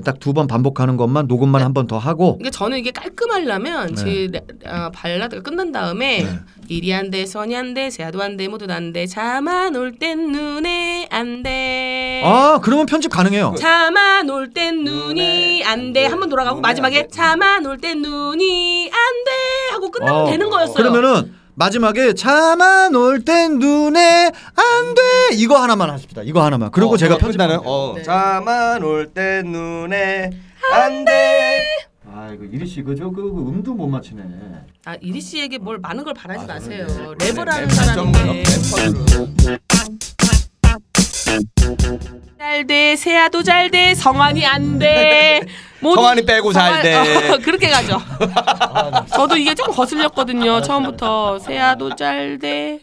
[SPEAKER 2] 딱 두 번 반복하는 것만 녹음만 한 번 더 하고
[SPEAKER 1] 이게 저는 이게 깔끔하려면 제 레- 어, 발라드가 끝난 다음에 일이 안돼 선이 안돼 세아도 안돼 모두 안돼 잠안 올 땐 눈에 안돼
[SPEAKER 2] 아 그러면 편집 가능해요.
[SPEAKER 1] 잠안 올 땐 눈이
[SPEAKER 3] 눈에 안
[SPEAKER 1] 안돼
[SPEAKER 3] 돼.
[SPEAKER 1] 한 번 돌아가고
[SPEAKER 3] 눈에 안
[SPEAKER 1] 마지막에
[SPEAKER 3] 돼.
[SPEAKER 1] 잠안 올 땐 눈이 안돼 하고 끝나면
[SPEAKER 2] 어.
[SPEAKER 1] 되는 거였어요.
[SPEAKER 2] 그러면은 마지막에 차만 올 땐 눈에 안 돼 이거 하나만 하십니다. 이거 하나만. 그리고 제가 편집.
[SPEAKER 3] 편집하는 어
[SPEAKER 1] 네.
[SPEAKER 3] 잠만 올 때 눈에 안돼
[SPEAKER 2] 아 이거 이리 씨 그저 그 음도 못 맞히네.
[SPEAKER 1] 아 이리 씨에게 뭘 많은 걸 바라지 마세요.
[SPEAKER 3] 네,
[SPEAKER 1] 랩을 하는
[SPEAKER 3] 랩
[SPEAKER 1] 사람인데
[SPEAKER 3] 전문
[SPEAKER 1] 잘돼 세아도 잘돼 성환이 안돼 어,
[SPEAKER 3] 성환이 빼고 잘 돼.
[SPEAKER 1] 그렇게 가죠. 저도 이게 조금 거슬렸거든요 처음부터 세아도 잘돼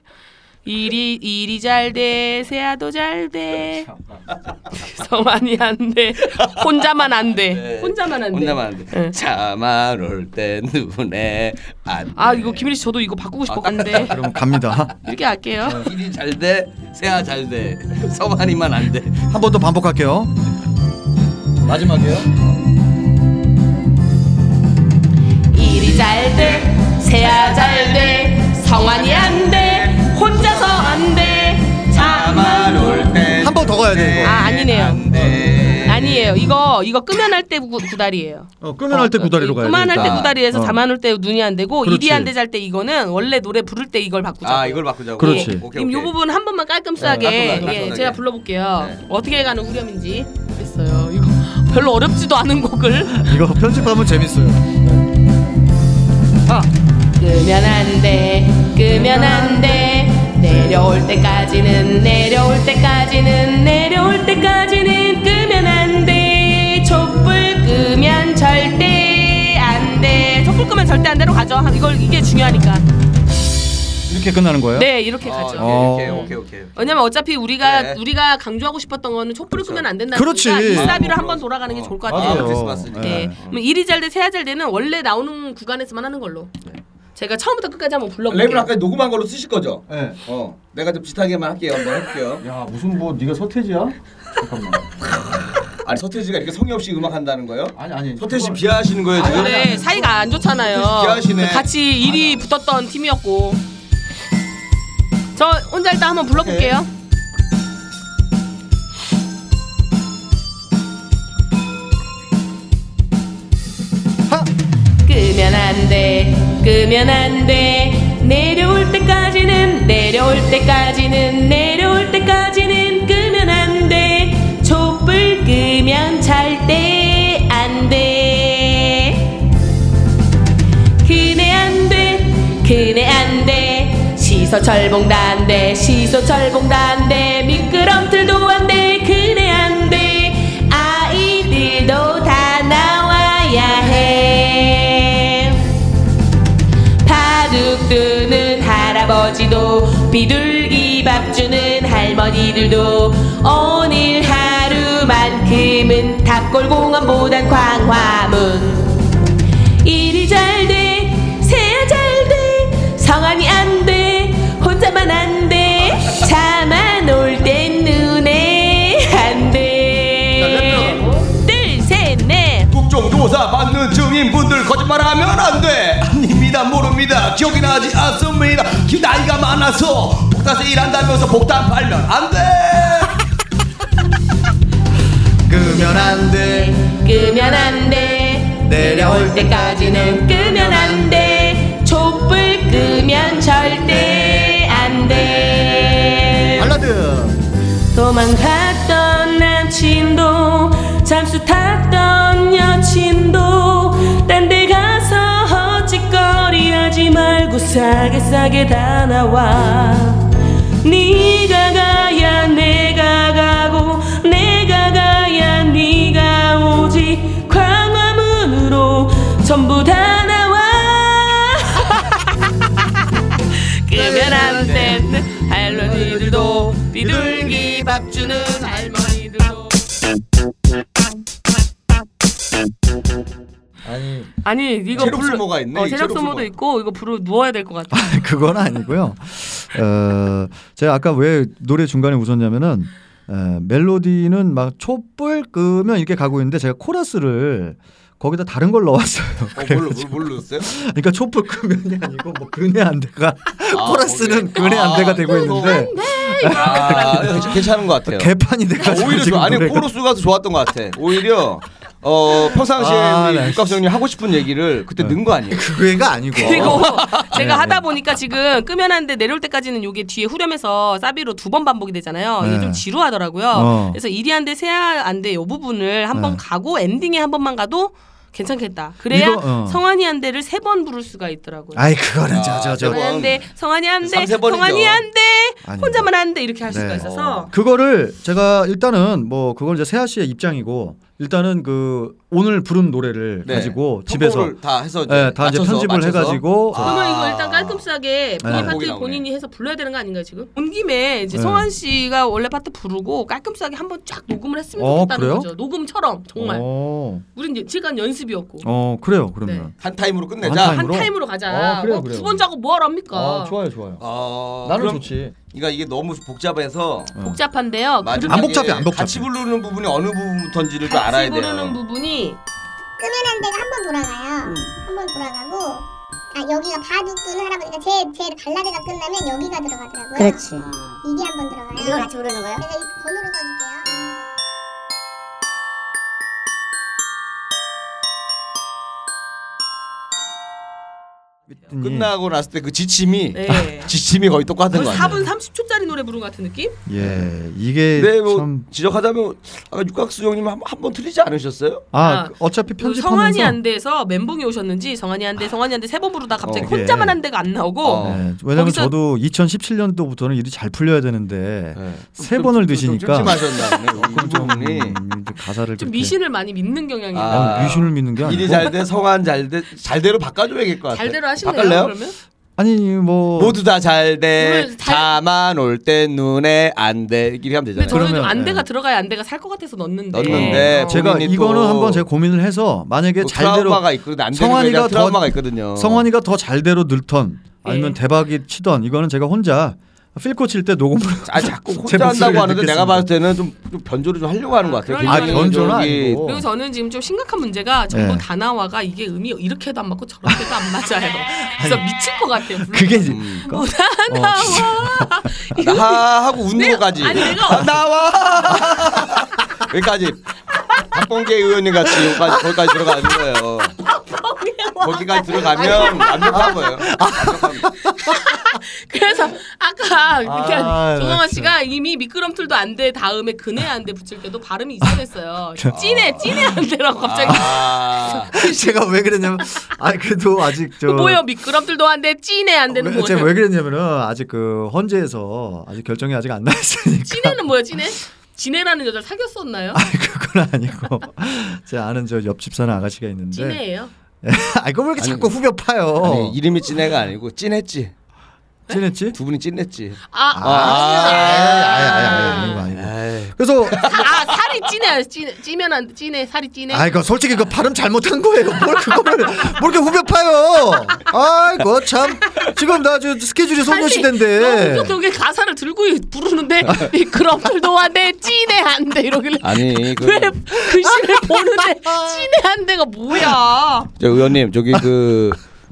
[SPEAKER 1] 일이 일이 잘돼 세아도 잘돼 성환이 안돼 혼자만 안돼 혼자만 안돼
[SPEAKER 3] 혼자만 안돼
[SPEAKER 1] 네.
[SPEAKER 3] 잠만 올 때 눈에 안돼
[SPEAKER 1] 아 이거 김일희 씨 저도 이거 바꾸고 싶었는데
[SPEAKER 2] 그럼 갑니다.
[SPEAKER 1] 이렇게 할게요.
[SPEAKER 3] 일이 잘돼 세아 잘돼 성환이만 안돼
[SPEAKER 2] 한 번 더 반복할게요. 마지막이에요? 네.
[SPEAKER 1] 일이 잘 돼, 세야 잘 돼, 성환이 안 돼, 혼자서 안 돼,
[SPEAKER 3] 잠만
[SPEAKER 1] 자만
[SPEAKER 3] 올 때
[SPEAKER 2] 한 번 더 가야 돼 이거.
[SPEAKER 1] 아, 아니네요.
[SPEAKER 3] 안돼
[SPEAKER 1] 아니에요. 이거 이거 끄면 할 때 구달이에요.
[SPEAKER 2] 어, 끄면 할 때 구다리로 가야 돼.
[SPEAKER 1] 그만할 때
[SPEAKER 3] 되니까.
[SPEAKER 1] 구다리에서
[SPEAKER 2] 어.
[SPEAKER 1] 자만 올 때 눈이 안 되고
[SPEAKER 2] 그렇지.
[SPEAKER 1] 일이 안 돼 잘 때 이거는 원래 노래 부를 때 이걸 바꾸자.
[SPEAKER 3] 아 이걸 바꾸자고
[SPEAKER 2] 예. 그렇지.
[SPEAKER 3] 오케이, 오케이.
[SPEAKER 1] 지금 요 부분 한 번만 깔끔싸게
[SPEAKER 3] 네, 깔끔하게,
[SPEAKER 1] 예,
[SPEAKER 3] 깔끔하게.
[SPEAKER 1] 제가 불러볼게요.
[SPEAKER 3] 네.
[SPEAKER 1] 어떻게 가는 후렴인지 모르겠어요. 이거 별로 어렵지도 않은 곡을
[SPEAKER 2] 이거 편집하면 재밌어요. 아.
[SPEAKER 1] 끄면 안 돼, 끄면 안 돼. 내려올 때까지는, 내려올 때까지는, 내려올 때까지는 끄면 안 돼. 촛불 끄면 절대 안 돼. 촛불 끄면 절대 안 돼로 가죠. 이걸 이게 중요하니까.
[SPEAKER 2] 이렇게 끝나는 거예요?
[SPEAKER 1] 네, 이렇게
[SPEAKER 3] 아,
[SPEAKER 1] 가죠.
[SPEAKER 3] 오케이,
[SPEAKER 2] 어.
[SPEAKER 3] 오케이 오케이 오케이
[SPEAKER 1] 왜냐면 어차피 우리가
[SPEAKER 3] 네.
[SPEAKER 1] 우리가 강조하고 싶었던 거는 촛불을 끄면 안 된다는
[SPEAKER 2] 그렇죠. 그렇지.
[SPEAKER 1] 거니까 이 사비로
[SPEAKER 3] 아,
[SPEAKER 1] 한번 돌아가는 게 좋을 것
[SPEAKER 3] 맞아요.
[SPEAKER 1] 같아요.
[SPEAKER 3] 크리스마스니까.
[SPEAKER 1] 네. 그럼 일이 잘 돼, 세야 잘 돼는 원래 나오는 구간에서만 하는 걸로. 제가 처음부터 끝까지 한번 불러볼게요.
[SPEAKER 3] 랩을 아까 녹음한 걸로 쓰실 거죠?
[SPEAKER 2] 네.
[SPEAKER 3] 어, 내가 좀 비슷하게만 할게요. 한번 해볼게요.
[SPEAKER 2] 야 무슨 뭐 네가 서태지야? 잠깐만.
[SPEAKER 3] 아니 서태지가 이렇게 성의 없이 음악 한다는 거예요?
[SPEAKER 2] 아니 아니.
[SPEAKER 3] 서태지 비하하시는 거예요 지금?
[SPEAKER 1] 네, 사이가 안 좋잖아요.
[SPEAKER 3] 귀하시네.
[SPEAKER 1] 같이 일이 붙었던 팀이었고. 저 혼자 일단 한번 불러볼게요.
[SPEAKER 3] 네.
[SPEAKER 1] 끄면 안 돼, 끄면 안 돼. 내려올 때까지는, 내려올 때까지는, 내려올 때까지는 끄면 안 돼. 촛불 끄면 잘 때 안 돼. 시소 철봉도 안 돼, 시소 철봉도 안 돼, 미끄럼틀도 안 돼, 그래 안 돼. 아이들도 다 나와야 해. 바둑 두는 할아버지도 비둘기 밥 주는 할머니들도 오늘 하루만큼은 탑골공원보단 광화문 일이 잘돼 새야 잘돼 성안이 안돼 혼자만 안돼 자만 올 땐 눈에 안돼 둘셋넷
[SPEAKER 3] 국정조사 받는 증인분들 거짓말하면 안돼 아닙니다 모릅니다 기억이 나지 않습니다 기- 나이가 많아서 복다세 일한다면서 복단 팔면 안돼
[SPEAKER 2] 끄면 안돼
[SPEAKER 1] 끄면 안돼 내려올 때까지는 끄면 안돼 촛불 끄면 절대 안돼
[SPEAKER 2] 발라드
[SPEAKER 1] 도망갔던 남친도 잠수 탔던 여친도 딴 데 가서 헛짓거리 하지 말고 싸게 싸게 다 나와 네가 가야 내가 가고 내가 가야 네가 오지 광화문으로 전부 다 나와 끄면 안된 할머니들도 비둘기 밥 주는 할머니들도
[SPEAKER 2] 아니
[SPEAKER 5] 아니 이거
[SPEAKER 3] 체력
[SPEAKER 5] 불-
[SPEAKER 3] 소모가 있네,
[SPEAKER 5] 어,
[SPEAKER 3] 이
[SPEAKER 5] 체력
[SPEAKER 3] 체력
[SPEAKER 5] 소모도
[SPEAKER 3] 소모가.
[SPEAKER 5] 있고 이거 부르 누워야 될 것 같아.
[SPEAKER 2] 그건 아니고요 어 제가 아까 왜 노래 중간에 웃었냐면은 에, 멜로디는 막 촛불 끄면 이렇게 가고 있는데 제가 코러스를 거기다 다른 걸 넣었어요.
[SPEAKER 3] 어, 뭘로 뭘로 넣었어요?
[SPEAKER 2] 그러니까 촛불 끄면이 아니고 뭐 근해 안돼가
[SPEAKER 3] 아, 거기에-
[SPEAKER 2] 코러스는 근해
[SPEAKER 3] 아,
[SPEAKER 2] 안돼가 되고 있는데
[SPEAKER 3] 아,
[SPEAKER 1] 네.
[SPEAKER 3] 괜찮은 것 같아요.
[SPEAKER 2] 개판이 돼가지고
[SPEAKER 3] 오히려
[SPEAKER 2] 지금
[SPEAKER 3] 좋아. 아니
[SPEAKER 2] 노래가.
[SPEAKER 3] 코러스가 더 좋았던 것 같아. 오히려 어 평상시에
[SPEAKER 2] 아,
[SPEAKER 3] 우리
[SPEAKER 2] 네.
[SPEAKER 3] 육각성님 하고 싶은 얘기를 그때 넣은 거 아니에요?
[SPEAKER 2] 그게가 아니고
[SPEAKER 5] 그리고
[SPEAKER 2] 네, 네.
[SPEAKER 5] 제가 하다 보니까 지금 끄면 안돼 내려올 때까지는 요게 뒤에 후렴에서 사비로 두 번 반복이 되잖아요.
[SPEAKER 2] 네.
[SPEAKER 5] 이게 좀 지루하더라고요.
[SPEAKER 2] 어.
[SPEAKER 5] 그래서 일이 안돼 새야 안돼 요 부분을 한 번
[SPEAKER 2] 네.
[SPEAKER 5] 가고 엔딩에 한 번만 가도 괜찮겠다. 그래야
[SPEAKER 2] 이거, 어.
[SPEAKER 5] 성환이 안돼를 세 번 부를 수가 있더라고요.
[SPEAKER 2] 아이 그거는 저저저
[SPEAKER 3] 아,
[SPEAKER 5] 성환이 안돼 성환이 안돼
[SPEAKER 3] 삼세 번이죠.
[SPEAKER 5] 성환이 안돼
[SPEAKER 2] 아니요.
[SPEAKER 5] 혼자만 안돼 이렇게 할
[SPEAKER 2] 네.
[SPEAKER 5] 수가 있어서
[SPEAKER 2] 그거를 제가 일단은 뭐 그걸 이제 세아 씨의 입장이고 일단은 그 오늘 부른 노래를
[SPEAKER 3] 네.
[SPEAKER 2] 가지고 집에서
[SPEAKER 3] 첨부를 다 해서 이제
[SPEAKER 2] 네, 다 이제
[SPEAKER 3] 맞춰서,
[SPEAKER 2] 편집을
[SPEAKER 3] 맞춰서.
[SPEAKER 2] 해가지고
[SPEAKER 3] 아.
[SPEAKER 5] 그러면 이거 일단 깔끔싸게 본인
[SPEAKER 2] 네.
[SPEAKER 5] 파트
[SPEAKER 3] 나오네.
[SPEAKER 5] 본인이 해서 불러야 되는 거 아닌가요 지금? 온 김에 이제
[SPEAKER 2] 네.
[SPEAKER 5] 성환 씨가 원래 파트 부르고 깔끔싸게 한번 쫙 녹음을 했으면
[SPEAKER 2] 어,
[SPEAKER 5] 좋겠다는
[SPEAKER 2] 그래요?
[SPEAKER 5] 거죠. 녹음처럼 정말.
[SPEAKER 2] 어,
[SPEAKER 5] 우린 이제 시간 연습이었고
[SPEAKER 2] 어 그래요
[SPEAKER 5] 네.
[SPEAKER 2] 그러면
[SPEAKER 3] 한 타임으로 끝내자.
[SPEAKER 2] 한
[SPEAKER 5] 한
[SPEAKER 2] 타임으로?
[SPEAKER 5] 타임으로 가자.
[SPEAKER 2] 어, 그래요,
[SPEAKER 5] 어,
[SPEAKER 2] 그래요. 어,
[SPEAKER 5] 두번 자고 뭐하러 합니까?
[SPEAKER 2] 좋아요 좋아요
[SPEAKER 5] 어.
[SPEAKER 3] 아,
[SPEAKER 2] 나는
[SPEAKER 3] 그럼
[SPEAKER 2] 좋지 어.
[SPEAKER 3] 그러니까 이게 너무 복잡해서
[SPEAKER 5] 복잡한데요.
[SPEAKER 3] 마지막에
[SPEAKER 2] 안 복잡해, 안 복잡해.
[SPEAKER 3] 같이 부르는 부분이 어느 부분부터인지를 좀 알아야
[SPEAKER 5] 같이
[SPEAKER 3] 돼요.
[SPEAKER 5] 부르는 부분이
[SPEAKER 6] 끄면 안 돼가 한 번 돌아가요.
[SPEAKER 7] 음.
[SPEAKER 6] 한 번 돌아가고 아 여기가 바둑 둔 할아버지가 제제 발라드가 끝나면 여기가 들어가더라고요.
[SPEAKER 7] 그렇지.
[SPEAKER 6] 이게 한 번 들어가요.
[SPEAKER 7] 이걸 같이 부르는 거야?
[SPEAKER 6] 내가 이 번호를 써줄게요.
[SPEAKER 2] 음.
[SPEAKER 3] 끝나고 났을 때 그 지침이
[SPEAKER 5] 네.
[SPEAKER 2] 아,
[SPEAKER 3] 지침이 거의 똑같은 거
[SPEAKER 5] 거의
[SPEAKER 3] 아니에요?
[SPEAKER 5] 4분 30초짜리 노래 부른 것 같은 느낌?
[SPEAKER 2] 예 이게
[SPEAKER 3] 네, 뭐
[SPEAKER 2] 참
[SPEAKER 3] 지적하자면 아까 육각수 형님 한 번 틀리지 않으셨어요?
[SPEAKER 2] 아,
[SPEAKER 5] 아,
[SPEAKER 2] 그 어차피
[SPEAKER 5] 그
[SPEAKER 2] 편집하면서
[SPEAKER 5] 성환이 안 돼서 멘붕이 오셨는지 성환이 안 돼, 성환이 안 돼 세 번 부르다 갑자기
[SPEAKER 3] 어,
[SPEAKER 2] 그게.
[SPEAKER 5] 혼자만 안 돼가 안 나오고
[SPEAKER 3] 어.
[SPEAKER 2] 네, 왜냐면
[SPEAKER 5] 거기서-
[SPEAKER 2] 저도 2017년도부터는 일이 잘 풀려야 되는데 네. 세 번을 드시니까 음,
[SPEAKER 3] 좀 찜찜하셨나 보네. 음,
[SPEAKER 2] 좀
[SPEAKER 3] 네. 이분이
[SPEAKER 2] 가사를
[SPEAKER 5] 좀
[SPEAKER 2] 그렇게-
[SPEAKER 5] 미신을 많이 믿는 경향이
[SPEAKER 3] 아,
[SPEAKER 5] 아,
[SPEAKER 2] 아, 미신을 믿는 게 아니고
[SPEAKER 3] 일이 잘돼 성한 잘돼 잘대로 바꿔줘야겠 것 같아. 네.
[SPEAKER 5] 잘대로 하실래요?
[SPEAKER 3] 바꿀래요?
[SPEAKER 5] 그러면
[SPEAKER 2] 아니 뭐
[SPEAKER 3] 모두 다 잘돼
[SPEAKER 5] 오늘 잘-
[SPEAKER 3] 자만 올 때 눈에 안돼 이렇게 하면
[SPEAKER 5] 근데
[SPEAKER 3] 되잖아요.
[SPEAKER 5] 저는 좀
[SPEAKER 2] 그러면, 네.
[SPEAKER 5] 안돼가
[SPEAKER 2] 예.
[SPEAKER 5] 들어가야 안돼가 살 것 같아서 넣었는데.
[SPEAKER 3] 넣었는데
[SPEAKER 5] 어.
[SPEAKER 2] 제가
[SPEAKER 3] 본인이
[SPEAKER 2] 이거는
[SPEAKER 3] 또-
[SPEAKER 2] 한번 제가 고민을 해서 만약에
[SPEAKER 3] 뭐
[SPEAKER 2] 잘대로
[SPEAKER 3] 트라우마가 있거든 안 되는 거에
[SPEAKER 2] 성환이가
[SPEAKER 3] 대한 트라우마가
[SPEAKER 2] 더
[SPEAKER 3] 있거든요.
[SPEAKER 2] 성환이가 더 잘대로 늘턴 아니면
[SPEAKER 5] 예.
[SPEAKER 2] 대박이 치던 이거는 제가 혼자 필코 칠 때 녹음을
[SPEAKER 3] 아 자꾸
[SPEAKER 2] 제
[SPEAKER 3] 혼자
[SPEAKER 2] 목소리를
[SPEAKER 3] 한다고 하는데
[SPEAKER 2] 듣겠습니다.
[SPEAKER 3] 내가 봤을 때는 좀, 좀 변조를 좀 하려고 하는 것 같아요.
[SPEAKER 5] 그러니까요.
[SPEAKER 3] 굉장히
[SPEAKER 5] 아,
[SPEAKER 2] 변조는
[SPEAKER 3] 저기
[SPEAKER 2] 아니고.
[SPEAKER 5] 그리고 저는 지금 좀 심각한 문제가 전부
[SPEAKER 2] 네.
[SPEAKER 5] 다 나와가 이게 음이 이렇게도 안 맞고 저렇게도 안 맞아요. 그래서 미칠 것 같아요. 불러.
[SPEAKER 2] 그게 어, 이제
[SPEAKER 3] 음.
[SPEAKER 2] 어,
[SPEAKER 3] 나 하고 웃는 것까지
[SPEAKER 5] 네, 아니, 내가-
[SPEAKER 3] 아, 나와 여기까지 박봉계 의원님 같이 여기까지 거기까지 들어가는 거예요. 거기까지 들어가면 완벽한 거예요.
[SPEAKER 1] 그래서 아까 이렇게
[SPEAKER 8] 아,
[SPEAKER 1] 조성아
[SPEAKER 8] 맞죠.
[SPEAKER 1] 씨가 이미 미끄럼틀도 안 돼 다음에 그네 안 돼 붙일 때도 발음이 이상했어요. 찐해 찐해 안 돼라고 갑자기
[SPEAKER 8] 아,
[SPEAKER 2] 제가 왜 그랬냐면 아 그래도 아직 저
[SPEAKER 1] 뭐요 미끄럼틀도 안 돼 찐해 안 되는
[SPEAKER 2] 왜-
[SPEAKER 1] 거예요.
[SPEAKER 2] 제가 왜 그랬냐면은 아직 그 헌재에서 아직 결정이 아직 안 나 있으니까
[SPEAKER 1] 찐해는 뭐야 찐해? 진해라는 여자를 사귀었었나요?
[SPEAKER 2] 아니 그건 아니고 제 아는 저 옆집 사는 아가씨가 있는데
[SPEAKER 1] 찐해예요.
[SPEAKER 2] 아 이거 왜 이렇게 자꾸 후벼 파요
[SPEAKER 3] 아니 이름이 찐애가 아니고 찐했지.
[SPEAKER 2] 친했지?
[SPEAKER 3] 두 분이 찐했지.
[SPEAKER 1] 아,
[SPEAKER 2] 아, 아니, 아니, 아니, 이거 아니고.
[SPEAKER 3] 에이.
[SPEAKER 2] 그래서
[SPEAKER 1] 아 살이 찐해 찐 찌면 안 찐해 살이 찐해.
[SPEAKER 2] 아 이거 솔직히 그 발음 잘못한 거예요. 뭘 그거를 뭘 이렇게 후벼 파요? 아이고 참 지금 나 저 스케줄이 소녀시대인데
[SPEAKER 1] 너 그게 가사를 들고 부르는데 미끄럼틀도 안돼 찐해 안돼 이러길래
[SPEAKER 3] 아니 그
[SPEAKER 1] 왜 글씨를 보는데 찐해 안돼가 뭐야?
[SPEAKER 3] 저 의원님 저기 그.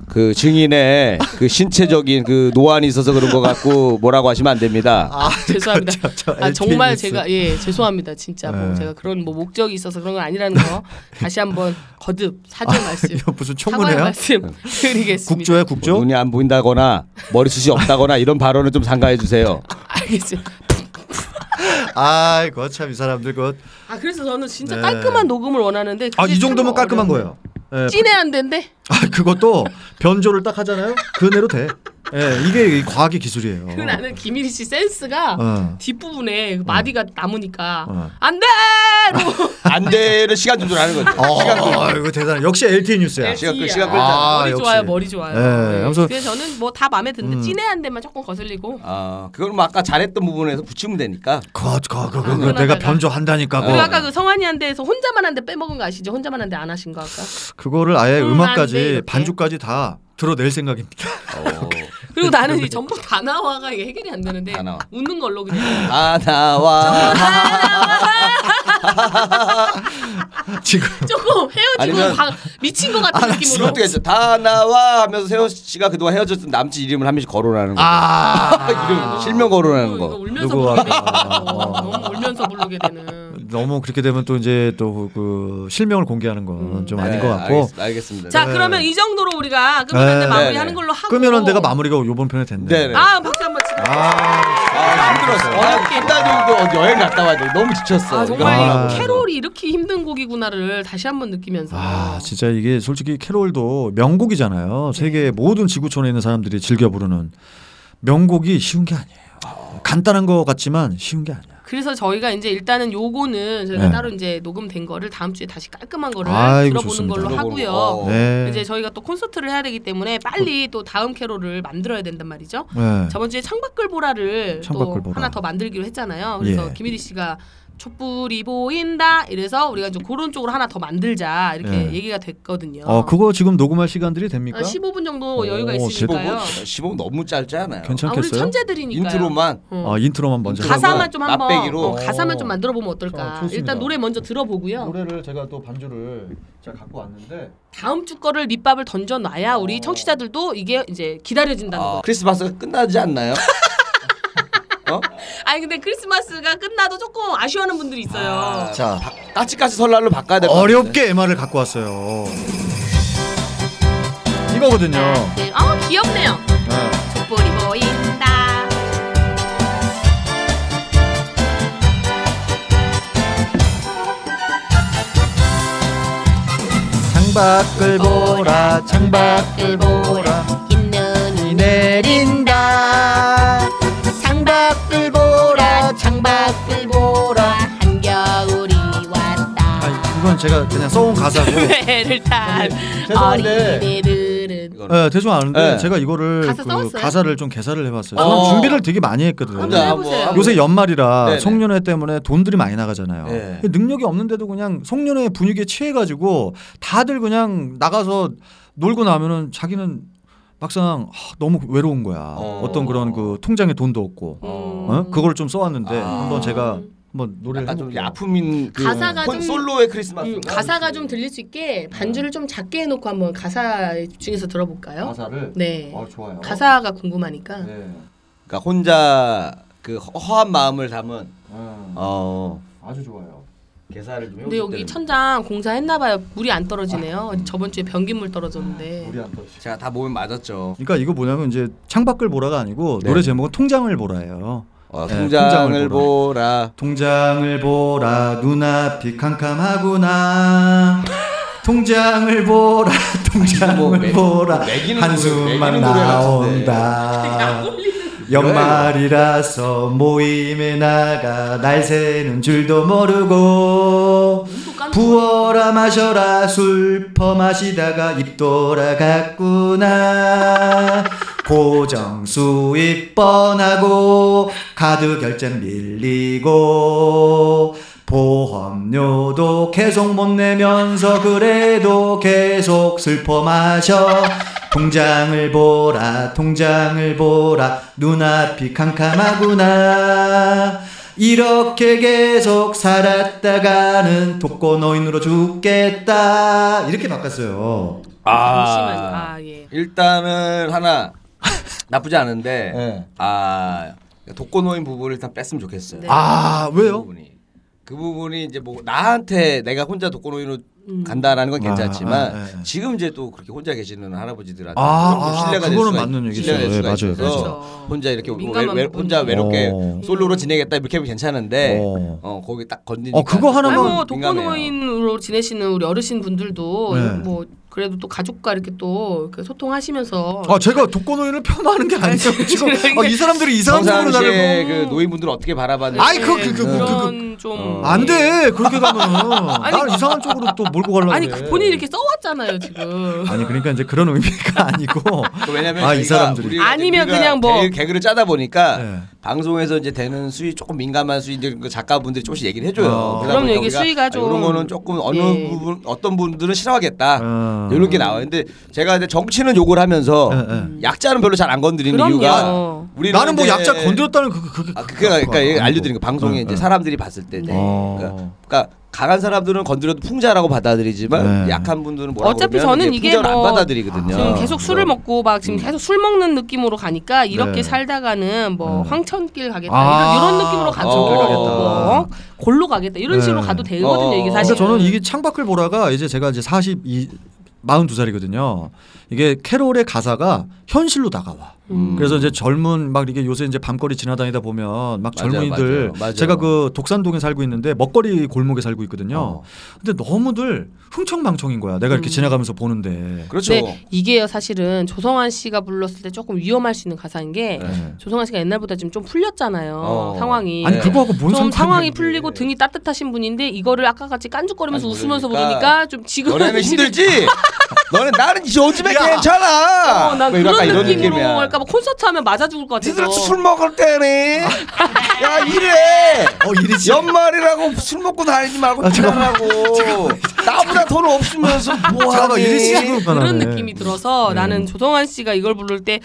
[SPEAKER 3] 그 증인의 그 신체적인 그 노안이 있어서 그런 것 같고 뭐라고 하시면 안 됩니다.
[SPEAKER 2] 아
[SPEAKER 1] 죄송합니다.
[SPEAKER 2] 저, 저,
[SPEAKER 1] 아, 정말
[SPEAKER 2] LTS.
[SPEAKER 1] 제가 예 죄송합니다 진짜 뭐
[SPEAKER 2] 예.
[SPEAKER 1] 제가 그런 뭐 목적이 있어서 그런 건 아니라는 거 다시 한번 거듭 사죄 말씀
[SPEAKER 2] 이거 무슨
[SPEAKER 1] 사과의
[SPEAKER 2] 청문회야?
[SPEAKER 1] 말씀 드리겠습니다.
[SPEAKER 2] 국조야 국조?
[SPEAKER 3] 눈이 안 보인다거나 머리숱이 없다거나 이런 발언은 좀 상가해 주세요.
[SPEAKER 1] 알겠습니다.
[SPEAKER 2] 아이고 참 이 사람들 그
[SPEAKER 1] 아 그래서 저는 진짜
[SPEAKER 2] 네.
[SPEAKER 1] 깔끔한 녹음을 원하는데
[SPEAKER 2] 아
[SPEAKER 1] 그게
[SPEAKER 2] 이 정도면
[SPEAKER 1] 참
[SPEAKER 2] 깔끔한
[SPEAKER 1] 어려워요.
[SPEAKER 2] 거예요. 예,
[SPEAKER 1] 찐해 안 된대.
[SPEAKER 2] 아 그것도 변조를 딱 하잖아요. 그대로 돼. 예, 이게 이 과학의 기술이에요.
[SPEAKER 1] 그 나는 김일희 씨 센스가
[SPEAKER 2] 어.
[SPEAKER 1] 뒷부분에 그 마디가 남으니까
[SPEAKER 2] 어.
[SPEAKER 1] 안돼 뭐
[SPEAKER 3] 안돼를 시간 조절하는 거죠.
[SPEAKER 2] 어, 이거 대단해. 역시 LTE 뉴스야.
[SPEAKER 1] 네.
[SPEAKER 3] 시간 끌- 시간 끌자.
[SPEAKER 2] 아,
[SPEAKER 1] 머리
[SPEAKER 2] 역시.
[SPEAKER 1] 좋아요 머리 좋아요.
[SPEAKER 2] 예,
[SPEAKER 1] 네.
[SPEAKER 2] 아무튼- 어.
[SPEAKER 1] 그래서 저는 뭐 다 마음에 드는데 찐해 한 데만 조금 거슬리고
[SPEAKER 3] 아, 그걸 뭐 아까 잘했던 부분에서 붙이면 되니까.
[SPEAKER 2] 거, 거, 거, 거, 거
[SPEAKER 1] 그거나
[SPEAKER 2] 내가
[SPEAKER 1] 내가.
[SPEAKER 2] 변조한다니까.
[SPEAKER 1] 그리고
[SPEAKER 2] 그거.
[SPEAKER 1] 아까 그 성환이 한 데에서 혼자만 한 데 빼먹은 거 아시죠? 혼자만 한 데 안 하신 거 아까.
[SPEAKER 2] 그거를 아예
[SPEAKER 1] 음,
[SPEAKER 2] 음악까지
[SPEAKER 1] 안 돼, 이렇게.
[SPEAKER 2] 반주까지 다 들어낼 생각입니다.
[SPEAKER 3] 어.
[SPEAKER 1] 그리고 나는
[SPEAKER 2] 네.
[SPEAKER 1] 이 전부 다 나와가 이게 해결이 안 되는데
[SPEAKER 3] 다 나와.
[SPEAKER 1] 웃는 걸로 그냥.
[SPEAKER 3] 아 나와.
[SPEAKER 2] 지금
[SPEAKER 1] 조금 헤어지고
[SPEAKER 3] 아니면-
[SPEAKER 1] 과- 미친 것
[SPEAKER 2] 아,
[SPEAKER 1] 같은 느낌으로
[SPEAKER 3] 어떻게 했어? 다 나와 하면서 세호 씨가 그동안 헤어졌던 남친 이름을 한 번씩 거론하는 거.
[SPEAKER 2] 아
[SPEAKER 3] 이름 실명 거론하는
[SPEAKER 1] 이거
[SPEAKER 3] 거.
[SPEAKER 1] 울면서
[SPEAKER 2] 누구
[SPEAKER 1] 부르게
[SPEAKER 2] 아까-
[SPEAKER 1] 되는 거.
[SPEAKER 2] 어.
[SPEAKER 1] 너무 울면서 부르게 되는
[SPEAKER 2] 너무 그렇게 되면 또 이제 또 그 실명을 공개하는 건 좀 아닌 것 같고
[SPEAKER 3] 음. 네, 알겠, 알겠습니다.
[SPEAKER 1] 자 그러면 이 정도로 우리가 끄면한데
[SPEAKER 2] 네.
[SPEAKER 1] 마무리하는 걸로 하고
[SPEAKER 2] 끄면은 내가 마무리가 요번 편에 됐네.
[SPEAKER 3] 네네.
[SPEAKER 1] 아 박수 한번 치고
[SPEAKER 2] 아,
[SPEAKER 3] 아, 힘들었어. 한달 정도 여행 갔다 와야 돼. 너무 지쳤어.
[SPEAKER 1] 아 정말
[SPEAKER 3] 이거
[SPEAKER 1] 이
[SPEAKER 3] 하느라고.
[SPEAKER 1] 캐롤이 이렇게 힘든 곡이구나를 다시 한번 느끼면서
[SPEAKER 2] 아, 진짜 이게 솔직히 캐롤도 명곡이잖아요.
[SPEAKER 3] 네.
[SPEAKER 2] 세계 모든 지구촌에 있는 사람들이 즐겨 부르는 명곡이 쉬운 게 아니에요. 간단한 것 같지만 쉬운 게 아니야.
[SPEAKER 1] 그래서 저희가 이제 일단은 요거는 저희가
[SPEAKER 2] 네.
[SPEAKER 1] 따로 이제 녹음된 거를 다음 주에 다시 깔끔한 거를
[SPEAKER 2] 아이고,
[SPEAKER 1] 들어보는
[SPEAKER 2] 좋습니다.
[SPEAKER 1] 걸로 하고요.
[SPEAKER 3] 들어보고, 어.
[SPEAKER 2] 네.
[SPEAKER 1] 이제 저희가 또 콘서트를 해야 되기 때문에 빨리 또 다음 캐롤을 만들어야 된단 말이죠.
[SPEAKER 2] 네.
[SPEAKER 1] 저번 주에 창밖을 보라를
[SPEAKER 2] 창밖을
[SPEAKER 1] 또
[SPEAKER 2] 보라.
[SPEAKER 1] 하나 더 만들기로 했잖아요. 그래서
[SPEAKER 2] 예.
[SPEAKER 1] 김일희 씨가 촛불이 보인다 이래서 우리가 좀 그런 쪽으로 하나 더 만들자 이렇게
[SPEAKER 2] 예.
[SPEAKER 1] 얘기가 됐거든요. 아,
[SPEAKER 2] 어, 그거 지금 녹음할 시간들이 됩니까?
[SPEAKER 1] 한 15분 정도
[SPEAKER 2] 오, 아,
[SPEAKER 1] 여유가
[SPEAKER 3] 15분?
[SPEAKER 1] 있으니까요.
[SPEAKER 3] 뭐, 15분 너무 짧지 않아요.
[SPEAKER 1] 아, 우리
[SPEAKER 2] 괜찮겠어요?
[SPEAKER 1] 천재들이니까요.
[SPEAKER 3] 인트로만.
[SPEAKER 1] 어.
[SPEAKER 2] 아, 인트로만 먼저
[SPEAKER 1] 가사만 좀 한번
[SPEAKER 3] 맛배기로.
[SPEAKER 1] 어, 가사만 좀 만들어 보면 어떨까?
[SPEAKER 2] 아, 좋습니다.
[SPEAKER 1] 일단 노래 먼저 들어보고요.
[SPEAKER 2] 노래를 제가 또 반주를 제가 갖고 왔는데
[SPEAKER 1] 다음 주 거를 밑밥을 던져 놔야 우리
[SPEAKER 2] 어.
[SPEAKER 1] 청취자들도 이게 이제 기다려진다는
[SPEAKER 3] 아,
[SPEAKER 1] 거.
[SPEAKER 3] 크리스마스가 끝나지 않나요? 어?
[SPEAKER 1] 아니 근데 크리스마스가 끝나도 조금 아쉬워하는 분들이 있어요.
[SPEAKER 2] 자.
[SPEAKER 3] 바- 까치까치 설날로 바꿔야 될것 같은데.
[SPEAKER 2] 어렵게 MR을 갖고 왔어요. 이거거든요.
[SPEAKER 1] 네. 어 귀엽네요.
[SPEAKER 2] 네.
[SPEAKER 1] 촛불이 보인다.
[SPEAKER 2] 창밖을 보라 창밖을 보라 흰눈이 내린다 창밖을 보라 창밖을 보라
[SPEAKER 9] 한겨울이 왔다
[SPEAKER 2] 아니 이건 제가 그냥 써온 가사고
[SPEAKER 1] 배를 탄
[SPEAKER 2] 죄송한데
[SPEAKER 1] 어린이들은
[SPEAKER 3] 이거는.
[SPEAKER 2] 네, 대충 아는데
[SPEAKER 3] 네.
[SPEAKER 2] 제가 이거를
[SPEAKER 1] 가사
[SPEAKER 2] 그
[SPEAKER 1] 써왔어요?
[SPEAKER 2] 가사를 좀 개사를 해봤어요
[SPEAKER 3] 어.
[SPEAKER 2] 저는 준비를 되게 많이 했거든요
[SPEAKER 1] 한번 네. 해보세요.
[SPEAKER 2] 요새 연말이라
[SPEAKER 3] 아, 네네.
[SPEAKER 2] 송년회 때문에 돈들이 많이 나가잖아요.
[SPEAKER 3] 네.
[SPEAKER 2] 능력이 없는데도 그냥 송년회 분위기에 취해가지고 다들 그냥 나가서 놀고 나면은 자기는 막상 하, 너무 외로운 거야.
[SPEAKER 3] 어.
[SPEAKER 2] 어... 떤 그런 그 통장에 돈도 없고 어? 그걸 좀 써왔는데
[SPEAKER 3] 아.
[SPEAKER 2] 한번 제가 한번 노래를
[SPEAKER 3] 약간 좀
[SPEAKER 2] 해볼게요.
[SPEAKER 3] 아픔인 그
[SPEAKER 1] 가사가
[SPEAKER 3] 혼-
[SPEAKER 1] 좀-
[SPEAKER 3] 솔로의 크리스마스.
[SPEAKER 1] 음, 가사가 좀 들릴 수 있게 반주를 좀 작게 해놓고 한번 가사 중에서 들어볼까요?
[SPEAKER 2] 가사를
[SPEAKER 1] 네.
[SPEAKER 2] 어, 좋아요.
[SPEAKER 1] 가사가 궁금하니까.
[SPEAKER 2] 네.
[SPEAKER 3] 그러니까 혼자 그 허- 허한 마음을 담은
[SPEAKER 2] 음,
[SPEAKER 3] 어
[SPEAKER 2] 아주 좋아요. 개사를 좀
[SPEAKER 1] 근데
[SPEAKER 2] 해오기
[SPEAKER 1] 여기
[SPEAKER 2] 때문에 아.
[SPEAKER 1] 천장 공사했나봐요. 물이 안 떨어지네요. 저번 주에 변기물 떨어졌는데.
[SPEAKER 2] 우리 안 떨어지.
[SPEAKER 3] 제가 다 보면 맞았죠.
[SPEAKER 9] 그러니까 이거 뭐냐면 이제 창밖을 보라가 아니고
[SPEAKER 2] 네.
[SPEAKER 9] 노래 제목은 통장을 보라예요.
[SPEAKER 3] 어,
[SPEAKER 9] 네,
[SPEAKER 3] 통장을 보라.
[SPEAKER 9] 통장을 보라 눈앞이 캄캄하구나 통장을 보라
[SPEAKER 3] 뭐
[SPEAKER 9] 통장을
[SPEAKER 3] 매-
[SPEAKER 9] 보라
[SPEAKER 3] 매기는 노래,
[SPEAKER 9] 한숨만
[SPEAKER 3] 매기는 노래 같은데.
[SPEAKER 9] 나온다 연말이라서 모임에 나가 날 새는 줄도 모르고 부어라 마셔라 술 퍼마시다가 입 돌아갔구나 고정 수입 뻔하고 카드 결제 밀리고 보험료도 계속 못 내면서 그래도 계속 슬퍼 마셔 통장을 보라 통장을 보라 눈앞이 캄캄하구나 이렇게 계속 살았다가는 독거 노인으로 죽겠다 이렇게 바꿨어요
[SPEAKER 1] 잠시만요.
[SPEAKER 3] 아,
[SPEAKER 1] 아 예.
[SPEAKER 3] 일단은 하나 나쁘지 않은데
[SPEAKER 9] 네.
[SPEAKER 3] 아 독거노인 부부를 일단 뺐으면 좋겠어요.
[SPEAKER 1] 네.
[SPEAKER 9] 아
[SPEAKER 3] 그
[SPEAKER 9] 왜요?
[SPEAKER 3] 부분이 그 부분이 이제 뭐 나한테 내가 혼자 독거노인으로
[SPEAKER 1] 음.
[SPEAKER 3] 간다라는 건
[SPEAKER 9] 아,
[SPEAKER 3] 괜찮지만
[SPEAKER 9] 아, 예.
[SPEAKER 3] 지금 이제 또 그렇게 혼자 계시는 할아버지들한테
[SPEAKER 9] 아,
[SPEAKER 3] 좀
[SPEAKER 9] 아,
[SPEAKER 3] 신뢰가 될
[SPEAKER 9] 그거는
[SPEAKER 3] 수가
[SPEAKER 9] 맞는
[SPEAKER 3] 있-
[SPEAKER 9] 얘기죠.
[SPEAKER 3] 신뢰가 될
[SPEAKER 9] 예,
[SPEAKER 3] 수가
[SPEAKER 9] 맞아요,
[SPEAKER 3] 있어서
[SPEAKER 1] 맞아요.
[SPEAKER 3] 혼자 이렇게
[SPEAKER 1] 민감한
[SPEAKER 3] 외, 외, 혼자
[SPEAKER 1] 부분이요.
[SPEAKER 3] 외롭게
[SPEAKER 9] 어.
[SPEAKER 3] 솔로로 지내겠다 이렇게 하면 괜찮은데
[SPEAKER 9] 어.
[SPEAKER 3] 어, 거기 딱 건드니까
[SPEAKER 9] 어, 그거 하나만-
[SPEAKER 1] 아니
[SPEAKER 9] 한번
[SPEAKER 1] 뭐
[SPEAKER 3] 민감해요.
[SPEAKER 1] 독거노인으로 지내시는 우리 어르신 분들도
[SPEAKER 9] 네.
[SPEAKER 1] 뭐 그래도 또 가족과 이렇게 또 이렇게 소통하시면서
[SPEAKER 9] 아 제가 독거 노인을 폄하하는 게 아니에요 지금 아, 이 사람들이 이상한 식으로 나를
[SPEAKER 3] 평상시에 그 노인분들을 어떻게 바라봤는지
[SPEAKER 9] 아이, 그- 그- 그- 그-
[SPEAKER 1] 런좀
[SPEAKER 3] 어.
[SPEAKER 9] 안돼 네, 그렇게 가면 난 이상한 쪽으로 또 몰고 가려고
[SPEAKER 1] 아니
[SPEAKER 3] 네.
[SPEAKER 9] 그래.
[SPEAKER 1] 그 본인이 이렇게 써왔잖아요 지금.
[SPEAKER 9] 아니 그러니까 이제 그런 의미가 아니고
[SPEAKER 3] 그 왜냐면
[SPEAKER 9] 아, 이
[SPEAKER 3] 저희가
[SPEAKER 9] 사람들이.
[SPEAKER 3] 우리가 이제
[SPEAKER 1] 아니면
[SPEAKER 3] 우리가
[SPEAKER 1] 그냥 뭐-
[SPEAKER 3] 개, 개그를 짜다 보니까
[SPEAKER 9] 네.
[SPEAKER 3] 방송에서 이제 되는 수위 조금 민감한 수위들 그 작가분들이 조금씩 얘기를 해줘요.
[SPEAKER 9] 어.
[SPEAKER 1] 그럼요, 이게 수위가 좀-
[SPEAKER 3] 이런 거는 조금 어느
[SPEAKER 1] 예.
[SPEAKER 3] 부분 어떤 분들은 싫어하겠다
[SPEAKER 9] 어.
[SPEAKER 3] 이런 게 나와요. 근데 제가 이제 정치는 욕을 하면서
[SPEAKER 9] 예, 예.
[SPEAKER 3] 약자는 별로 잘 안 건드리는
[SPEAKER 1] 그럼요.
[SPEAKER 3] 이유가 우리는
[SPEAKER 9] 나는 뭐
[SPEAKER 3] 이제-
[SPEAKER 9] 약자 건드렸다는 그 그게
[SPEAKER 3] 아, 그게 그러니까 얘 알려드린 거 방송에
[SPEAKER 9] 응,
[SPEAKER 3] 이제
[SPEAKER 9] 응.
[SPEAKER 3] 사람들이 봤을 때
[SPEAKER 1] 네.
[SPEAKER 3] 이제
[SPEAKER 9] 어.
[SPEAKER 3] 그러니까, 그러니까 강한 사람들은 건드려도 풍자라고 받아들이지만
[SPEAKER 9] 네.
[SPEAKER 3] 약한 분들은 뭐라고
[SPEAKER 1] 어차피
[SPEAKER 3] 그러면
[SPEAKER 1] 저는 이게
[SPEAKER 3] 풍자를
[SPEAKER 1] 뭐
[SPEAKER 3] 안 받아들이거든요.
[SPEAKER 1] 지금 계속 술을
[SPEAKER 3] 그래서
[SPEAKER 1] 먹고 막 지금 계속 술 먹는 느낌으로 가니까 이렇게
[SPEAKER 9] 네. 음.
[SPEAKER 1] 살다가는 뭐 황천길 가겠다
[SPEAKER 9] 아.
[SPEAKER 1] 이런, 이런 느낌으로 가죠.
[SPEAKER 3] 황천길 가겠다.
[SPEAKER 1] 뭐 골로 가겠다 이런
[SPEAKER 9] 네.
[SPEAKER 1] 식으로 가도 되거든요.
[SPEAKER 3] 어.
[SPEAKER 1] 이게
[SPEAKER 9] 그러니까
[SPEAKER 1] 사실.
[SPEAKER 9] 저는 이게 창밖을 보라가 이제 제가 이제 42 42살이거든요. 이게 캐롤의 가사가 현실로 다가와.
[SPEAKER 3] 음.
[SPEAKER 9] 그래서 이제 젊은 막 이게 요새 이제 밤거리 지나다니다 보면 막
[SPEAKER 3] 맞아요,
[SPEAKER 9] 젊은이들
[SPEAKER 3] 맞아요, 맞아요.
[SPEAKER 9] 제가 그 독산동에 살고 있는데 먹거리 골목에 살고 있거든요.
[SPEAKER 3] 어. 음.
[SPEAKER 9] 근데 너무들 흥청망청인 거야. 내가 이렇게 지나가면서 보는데.
[SPEAKER 3] 그렇죠.
[SPEAKER 1] 근데 이게요 사실은 조성환 씨가 불렀을 때 조금 위험할 수 있는 가사인 게
[SPEAKER 3] 네.
[SPEAKER 1] 조성환 씨가 옛날보다 지금 좀 풀렸잖아요
[SPEAKER 3] 어.
[SPEAKER 1] 상황이
[SPEAKER 9] 아니
[SPEAKER 3] 네.
[SPEAKER 9] 그거하고 뭔
[SPEAKER 1] 좀
[SPEAKER 9] 상관이
[SPEAKER 1] 상황이 풀리고 등이 따뜻하신 분인데 이거를 아까 같이 깐죽거리면서
[SPEAKER 3] 아니,
[SPEAKER 1] 웃으면서
[SPEAKER 3] 그러니까
[SPEAKER 1] 부르니까 좀 지금
[SPEAKER 3] 너네는 힘들지? 너네 나는 요즘에 괜찮아.
[SPEAKER 1] 어, 난
[SPEAKER 3] 뭐
[SPEAKER 1] 그런
[SPEAKER 3] 약간 이런
[SPEAKER 1] 느낌으로
[SPEAKER 3] 느낌이야.
[SPEAKER 1] 할까 봐 콘서트 하면 맞아 죽을 것 같아서
[SPEAKER 3] 니들 술 먹을 때네. 야 이래.
[SPEAKER 9] 어 아, 이리지.
[SPEAKER 3] 연말이라고 술 먹고 다니지 말고 일하라고. 나보다 돈 없으면서
[SPEAKER 9] 아, 잠깐만
[SPEAKER 3] 뭐하니?
[SPEAKER 9] 이리지.
[SPEAKER 1] 그런 느낌이 들어서
[SPEAKER 3] 네.
[SPEAKER 1] 나는 조성환 씨가 이걸 부를 때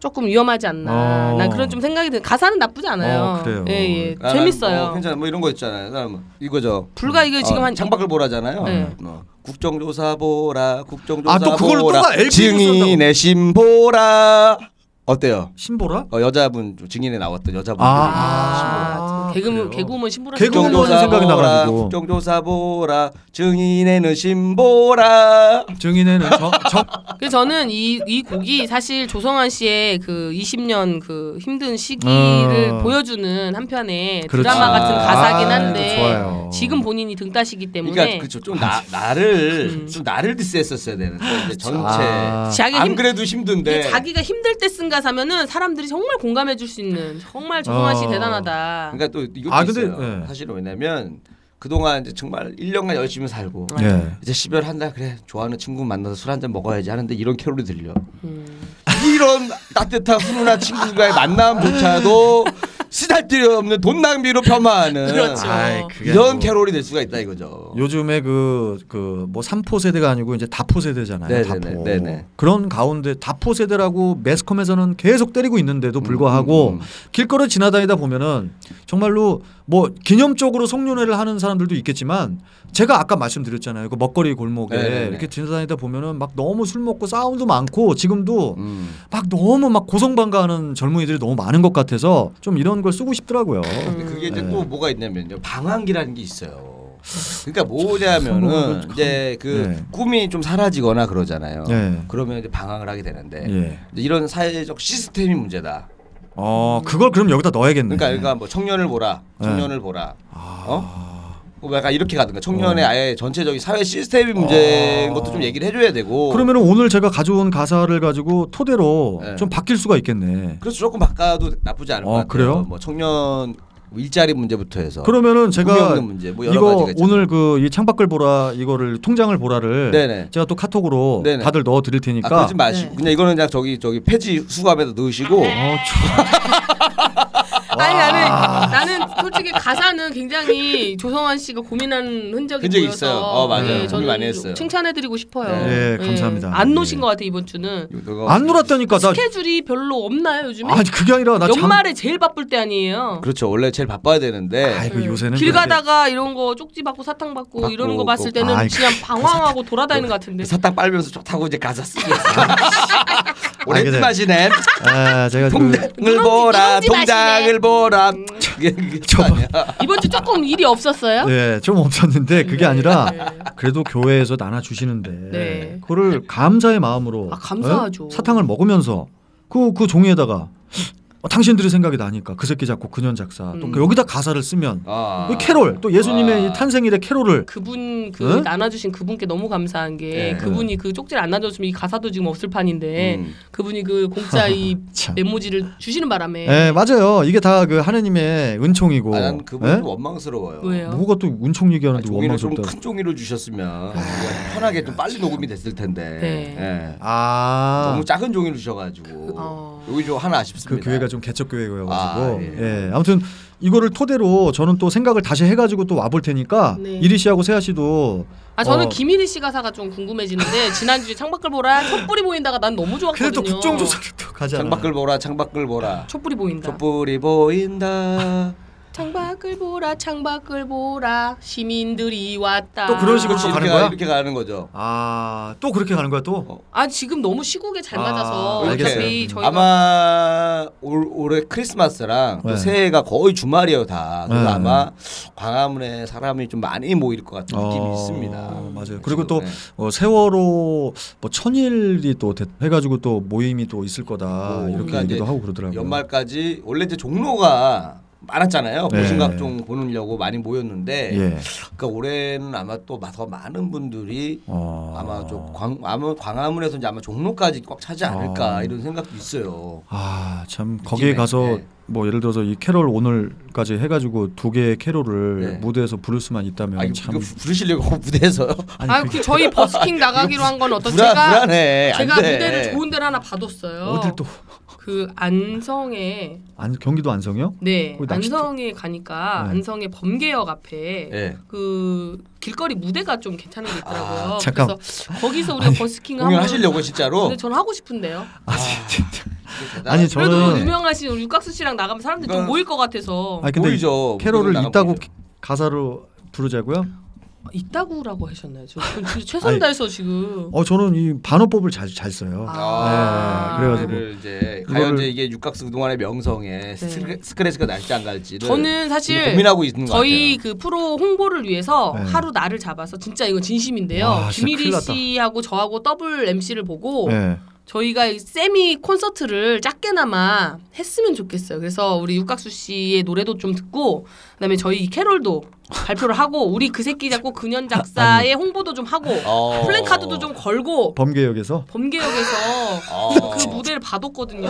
[SPEAKER 1] 조금 위험하지 않나.
[SPEAKER 9] 어.
[SPEAKER 1] 난 그런 좀 생각이 드. 가사는 나쁘지 않아요.
[SPEAKER 9] 어, 그래요.
[SPEAKER 1] 예, 예.
[SPEAKER 3] 아, 난
[SPEAKER 1] 재밌어요.
[SPEAKER 3] 뭐 괜찮아. 뭐 이런 거 있잖아요. 사람 이거죠.
[SPEAKER 1] 불과 이게 그 지금
[SPEAKER 3] 어,
[SPEAKER 1] 한
[SPEAKER 3] 창밖을 보라잖아요.
[SPEAKER 1] 네.
[SPEAKER 3] 어, 국정조사 보라. 국정조사
[SPEAKER 9] 아, 또 그걸로 또
[SPEAKER 3] 보라.
[SPEAKER 9] 나 LP
[SPEAKER 3] 증인 내심 보라. 어때요?
[SPEAKER 9] 신보라?
[SPEAKER 3] 어, 여자분 증인에 나왔던 여자분.
[SPEAKER 1] 아,
[SPEAKER 9] 아,
[SPEAKER 1] 개그
[SPEAKER 9] 그래요?
[SPEAKER 1] 개그우먼 신부라.
[SPEAKER 9] 개그우먼
[SPEAKER 1] 생각나서.
[SPEAKER 9] 생각이
[SPEAKER 3] 보라,
[SPEAKER 9] 나가지고.
[SPEAKER 3] 국정조사 보라 증인에는 신보라
[SPEAKER 1] 그
[SPEAKER 9] 증인에는 저저
[SPEAKER 1] 그래서 저는 이, 이 곡이 사실 조성환 씨의 그 20년 그 힘든 시기를
[SPEAKER 9] 어.
[SPEAKER 1] 보여주는 한편의
[SPEAKER 9] 그렇지.
[SPEAKER 1] 드라마 같은
[SPEAKER 3] 아,
[SPEAKER 1] 가사긴
[SPEAKER 9] 아,
[SPEAKER 1] 한데
[SPEAKER 9] 좋아요.
[SPEAKER 1] 지금 본인이 등따시기 때문에 음.
[SPEAKER 3] 그러니까 그쵸 좀나 나를 좀 나를 디스했었어야 되는데 이제 전체
[SPEAKER 9] 아. 아.
[SPEAKER 1] 자기가
[SPEAKER 3] 안
[SPEAKER 1] 힘-
[SPEAKER 3] 그래도
[SPEAKER 1] 이게
[SPEAKER 3] 힘든데
[SPEAKER 1] 자기가 힘들 때 쓴 가사면은 사람들이 정말 공감해 줄 수 있는 정말 조성환 씨
[SPEAKER 9] 어.
[SPEAKER 1] 대단하다.
[SPEAKER 3] 그러니까 또 이것도
[SPEAKER 9] 아, 근데,
[SPEAKER 3] 있어요
[SPEAKER 9] 예.
[SPEAKER 3] 사실은 왜냐면 그동안 이제 정말 1년간 열심히 살고
[SPEAKER 9] 예.
[SPEAKER 3] 이제 10월 한 달 그래 좋아하는 친구 만나서 술 한 잔 먹어야지 하는데 이런 캐롤이 들려
[SPEAKER 1] 음.
[SPEAKER 3] 이런 따뜻한 훈훈한 친구과의 만남조차도 쓰잘데기 없는 돈 낭비로 폄하하는
[SPEAKER 1] 그렇죠.
[SPEAKER 9] 아이, 그게
[SPEAKER 3] 이런
[SPEAKER 9] 뭐-
[SPEAKER 3] 캐롤이 될 수가 있다 이거죠
[SPEAKER 9] 요즘에 그 그 뭐 삼포 세대가 아니고 이제 다포 세대잖아요.
[SPEAKER 3] 네네네,
[SPEAKER 9] 다포.
[SPEAKER 3] 네네.
[SPEAKER 9] 그런 가운데 다포 세대라고 매스컴에서는 계속 때리고 있는데도 불구하고
[SPEAKER 3] 음, 음, 음.
[SPEAKER 9] 길거리 지나다니다 보면은 정말로 뭐 기념적으로 송년회를 하는 사람들도 있겠지만 제가 아까 말씀드렸잖아요. 그 먹거리 골목에
[SPEAKER 3] 네네네.
[SPEAKER 9] 이렇게 지나다니다 보면은 막 너무 술 먹고 싸움도 많고 지금도
[SPEAKER 3] 음.
[SPEAKER 9] 막 너무 막 고성방가하는 젊은이들이 너무 많은 것 같아서 좀 이런 걸 쓰고 싶더라고요. 네.
[SPEAKER 3] 근데 그게 이제 또 뭐가 있냐면요 방황기라는 게 있어요 그러니까 뭐냐면은 이제 그
[SPEAKER 2] 네.
[SPEAKER 3] 꿈이 좀 사라지거나 그러잖아요.
[SPEAKER 2] 네.
[SPEAKER 3] 그러면 이제 방황을 하게 되는데
[SPEAKER 2] 예.
[SPEAKER 3] 이제 이런 사회적 시스템이 문제다.
[SPEAKER 9] 아,
[SPEAKER 2] 어 그걸 그럼 여기다 넣어야겠네. 네. 아.
[SPEAKER 3] 그러니까 그러니까 뭐 청년을 보라, 청년을 보라, 어? 뭐 약간 이렇게 가든가
[SPEAKER 2] 어.
[SPEAKER 3] 청년의 아예 전체적인 사회 시스템이 문제인 것도 좀 얘기를 해줘야 되고.
[SPEAKER 2] 아. 그러면 오늘 제가 가져온 가사를 가지고 토대로
[SPEAKER 3] 네.
[SPEAKER 2] 좀 바뀔 수가 있겠네.
[SPEAKER 3] 그래서 조금 바꿔도 나쁘지 않을
[SPEAKER 2] 어,
[SPEAKER 3] 것 같아요.
[SPEAKER 2] 그래요? 그러니까.
[SPEAKER 3] 뭐 청년 일자리 문제부터 해서.
[SPEAKER 2] 그러면은
[SPEAKER 3] 꿈이
[SPEAKER 2] 제가
[SPEAKER 3] 없는 그렇죠. 문제, 뭐 여러
[SPEAKER 2] 이거
[SPEAKER 3] 가지가 있잖아요.
[SPEAKER 2] 오늘 그 이 창밖을 보라 이거를 통장을 보라를
[SPEAKER 3] 네네.
[SPEAKER 2] 제가 또 카톡으로
[SPEAKER 3] 네네.
[SPEAKER 2] 다들 넣어 드릴
[SPEAKER 3] 아,
[SPEAKER 2] 테니까
[SPEAKER 3] 그러지 마시고
[SPEAKER 1] 네.
[SPEAKER 3] 그냥 이거는 그냥 저기 저기 폐지 수거함에다
[SPEAKER 1] 아,
[SPEAKER 3] 넣으시고
[SPEAKER 2] 어, 추-
[SPEAKER 1] 아니 나는 나는 솔직히 가사는 굉장히 조성환 씨가 고민한 흔적이
[SPEAKER 3] 흔적이
[SPEAKER 1] 보여서
[SPEAKER 3] 있어요. 어, 맞아요.
[SPEAKER 1] 예,
[SPEAKER 3] 고민
[SPEAKER 1] 저는
[SPEAKER 3] 많이
[SPEAKER 1] 좀
[SPEAKER 3] 했어요.
[SPEAKER 1] 칭찬해드리고 싶어요.
[SPEAKER 2] 네. 예, 감사합니다.
[SPEAKER 1] 안 노신
[SPEAKER 2] 예.
[SPEAKER 1] 것 같아 이번 주는.
[SPEAKER 3] 그거-
[SPEAKER 2] 안 놀았다니까 아, 나
[SPEAKER 1] 스케줄이 별로 없나요 요즘에?
[SPEAKER 2] 아니 그게 아니라 나 장-
[SPEAKER 1] 연말에 제일 바쁠 때 아니에요.
[SPEAKER 3] 그렇죠. 원래 제일 바빠야 되는데
[SPEAKER 2] 아이고 요새는
[SPEAKER 1] 길
[SPEAKER 2] 그래.
[SPEAKER 1] 가다가 이런 거 쪽지 받고 사탕 받고,
[SPEAKER 3] 받고
[SPEAKER 1] 이런 거 봤을 때는
[SPEAKER 2] 아이, 그
[SPEAKER 1] 그냥 방황하고 돌아다니는 것 같은데.
[SPEAKER 3] 그 사탕 빨면서 쭉 타고 이제 가서 쓰고
[SPEAKER 2] 아,
[SPEAKER 3] 오렌지
[SPEAKER 2] 알겠어요.
[SPEAKER 3] 마시네.
[SPEAKER 2] 아 제가 그
[SPEAKER 3] 통장을 보라.
[SPEAKER 1] 누룽지 마시네. 음.
[SPEAKER 3] 통장을 보라. 그게 그게
[SPEAKER 2] 저-
[SPEAKER 3] 아니야.
[SPEAKER 1] 이번 주 조금 일이 없었어요?
[SPEAKER 2] 예, 좀 없었는데 그게 아니라 그래도 교회에서 나눠 주시는데
[SPEAKER 1] 네.
[SPEAKER 2] 그거를 감사의 마음으로
[SPEAKER 1] 아, 감사하죠.
[SPEAKER 2] 예? 사탕을 먹으면서 그 그 종이에다가 어, 당신들의 생각이 나니까 그 새끼 작곡 그년 작사
[SPEAKER 1] 음.
[SPEAKER 2] 또그 여기다 가사를 쓰면
[SPEAKER 3] 아.
[SPEAKER 2] 그 캐롤 또 예수님의 이 탄생일의 캐롤을
[SPEAKER 1] 그분 그
[SPEAKER 2] 응? 네.
[SPEAKER 1] 나눠주신 그분께 너무 감사한 게
[SPEAKER 3] 예.
[SPEAKER 1] 그분이 그 쪽지를 안 나눠줬으면 이 가사도 지금 없을 판인데
[SPEAKER 3] 음.
[SPEAKER 1] 그분이 그 공짜 이
[SPEAKER 2] 참.
[SPEAKER 1] 메모지를 주시는 바람에
[SPEAKER 2] 예, 맞아요. 이게 다 그 하느님의 은총이고
[SPEAKER 3] 아, 난 그분
[SPEAKER 2] 예?
[SPEAKER 3] 좀 원망스러워요.
[SPEAKER 1] 뭐예요?
[SPEAKER 2] 뭐가 또 은총 얘기하는데
[SPEAKER 3] 종이를 좀
[SPEAKER 2] 원망스럽다.
[SPEAKER 3] 큰 종이로
[SPEAKER 2] 아,
[SPEAKER 3] 주셨으면 그냥 편하게 좀 빨리 녹음이 됐을 텐데.
[SPEAKER 1] 네.
[SPEAKER 3] 예.
[SPEAKER 2] 아,
[SPEAKER 3] 너무 작은 종이로 주셔가지고
[SPEAKER 1] 어.
[SPEAKER 3] 여기 좀 하나
[SPEAKER 2] 그
[SPEAKER 3] 아쉽습니다.
[SPEAKER 2] 교회가 좀 개척 교회여가지고
[SPEAKER 3] 아,
[SPEAKER 2] 아,
[SPEAKER 3] 예.
[SPEAKER 2] 예. 아무튼 이거를 토대로 저는 또 생각을 다시 해가지고 또 와볼 테니까
[SPEAKER 1] 네.
[SPEAKER 2] 이리 씨하고 세아 씨도
[SPEAKER 1] 아 저는
[SPEAKER 2] 어,
[SPEAKER 1] 김일희 씨 가사가 좀 궁금해지는데 지난주에 창밖을 보라 촛불이 보인다가 난 너무 좋았거든요.
[SPEAKER 2] 근데 또 국정조사를 또 가잖아.
[SPEAKER 3] 창밖을 보라. 창밖을 보라.
[SPEAKER 1] 촛불이 보인다.
[SPEAKER 3] 촛불이
[SPEAKER 2] 아.
[SPEAKER 3] 보인다.
[SPEAKER 1] 창밖을 보라 창밖을 보라 시민들이 왔다.
[SPEAKER 2] 또 그런 식으로
[SPEAKER 3] 그렇지,
[SPEAKER 2] 가는
[SPEAKER 3] 이렇게
[SPEAKER 2] 거야?
[SPEAKER 3] 이렇게 가는 거죠.
[SPEAKER 2] 아또 그렇게 가는 거야 또?
[SPEAKER 3] 어,
[SPEAKER 1] 아 지금 너무 시국에 잘
[SPEAKER 2] 아,
[SPEAKER 1] 맞아서
[SPEAKER 3] 이렇게
[SPEAKER 1] 어차피 저희가
[SPEAKER 3] 아마 올, 올해 크리스마스랑 또
[SPEAKER 2] 네.
[SPEAKER 3] 새해가 거의 주말이에요 다. 그래서
[SPEAKER 2] 네.
[SPEAKER 3] 아마 광화문에 사람이 좀 많이 모일 것 같은 아. 느낌이 있습니다.
[SPEAKER 2] 어. 맞아요. 그리고 또
[SPEAKER 3] 네.
[SPEAKER 2] 어, 세월호 뭐 천일이 또 대- 해가지고 또 모임이 또 있을 거다
[SPEAKER 3] 뭐,
[SPEAKER 2] 이렇게
[SPEAKER 3] 그러니까
[SPEAKER 2] 얘기도
[SPEAKER 3] 이제
[SPEAKER 2] 하고 그러더라고요.
[SPEAKER 3] 연말까지 원래 이제 종로가 많았잖아요.
[SPEAKER 2] 네.
[SPEAKER 3] 보신각종 보느려고 많이 모였는데
[SPEAKER 2] 예.
[SPEAKER 3] 그러니까 올해는 아마 또 더 많은 분들이
[SPEAKER 2] 어.
[SPEAKER 3] 아마 좀 광, 아마 광화문에서 이제 아마 종로까지 꽉 차지 않을까
[SPEAKER 2] 아.
[SPEAKER 3] 이런 생각도 있어요.
[SPEAKER 2] 아참 거기에 가서
[SPEAKER 3] 네.
[SPEAKER 2] 뭐 예를 들어서 이 캐롤 오늘까지 해가지고 두 개의 캐롤을
[SPEAKER 3] 네.
[SPEAKER 2] 무대에서 부를 수만 있다면
[SPEAKER 3] 아, 이거,
[SPEAKER 2] 참
[SPEAKER 3] 이거 부르시려고 무대에서요?
[SPEAKER 1] 아, 그 저희 버스킹 나가기로 한 건 어떤
[SPEAKER 3] 불안,
[SPEAKER 1] 제가
[SPEAKER 3] 불안해. 안
[SPEAKER 1] 제가
[SPEAKER 3] 돼.
[SPEAKER 1] 무대를 좋은 데를 하나 봐뒀어요.
[SPEAKER 2] 어딜 또
[SPEAKER 1] 그 안성에
[SPEAKER 2] 안, 경기도 안성이요?
[SPEAKER 1] 네
[SPEAKER 2] 거기 낚시터-
[SPEAKER 1] 안성에 가니까
[SPEAKER 2] 네.
[SPEAKER 1] 안성의 범계역 앞에
[SPEAKER 3] 예.
[SPEAKER 1] 그 길거리 무대가 좀 괜찮은 게 있더라고요.
[SPEAKER 2] 아, 잠깐.
[SPEAKER 1] 그래서 거기서 우리가 버스킹을 한번
[SPEAKER 3] 공연하시려고 진짜로?
[SPEAKER 1] 근데 저는 하고 싶은데요.
[SPEAKER 2] 아, 아니
[SPEAKER 3] 대단하시다.
[SPEAKER 1] 그래도 뭐
[SPEAKER 2] 저는
[SPEAKER 1] 유명하신 우리 육각수 씨랑 나가면 사람들이
[SPEAKER 3] 그러니까-
[SPEAKER 1] 좀 모일 것 같아서
[SPEAKER 2] 아니 근데
[SPEAKER 3] 보이죠.
[SPEAKER 1] 뭐
[SPEAKER 2] 캐롤을
[SPEAKER 3] 나가
[SPEAKER 2] 있다고
[SPEAKER 3] 보이죠.
[SPEAKER 2] 가사로 부르자고요?
[SPEAKER 1] 음. 있다고라고 하셨나요? 저 지금 그 진짜 최선을 다해서 지금
[SPEAKER 2] 어 저는 이 반어법을 잘 잘 써요.
[SPEAKER 3] 아,
[SPEAKER 2] 네, 그래가지고.
[SPEAKER 3] 그거를 이제
[SPEAKER 2] 그거를-
[SPEAKER 3] 과연 이제 이게 육각수 그동안의 명성에 스트레- 스크래치가 날지 안 갈지를
[SPEAKER 1] 네. 저는 사실
[SPEAKER 3] 네. 고민하고 있는 것
[SPEAKER 1] 저희
[SPEAKER 3] 같아요.
[SPEAKER 1] 그 프로 홍보를 위해서
[SPEAKER 2] 네.
[SPEAKER 1] 하루 날을 잡아서 진짜 이거 진심인데요.
[SPEAKER 2] 와, 진짜 큰일
[SPEAKER 1] 김일희
[SPEAKER 2] 났다.
[SPEAKER 1] 씨하고 저하고 더블 MC를 보고
[SPEAKER 2] 네.
[SPEAKER 1] 저희가 이 세미 콘서트를 작게나마 했으면 좋겠어요. 그래서 우리 육각수 씨의 노래도 좀 듣고 그다음에 저희 이 캐롤도 발표를 하고 우리 그 새끼 잡고 근현 작사의 홍보도 좀 하고
[SPEAKER 3] 어.
[SPEAKER 1] 플랜카드도 좀 걸고
[SPEAKER 2] 범계역에서
[SPEAKER 1] 범계역에서
[SPEAKER 3] 어. 그러니까
[SPEAKER 1] 그 무대를 봐뒀거든요.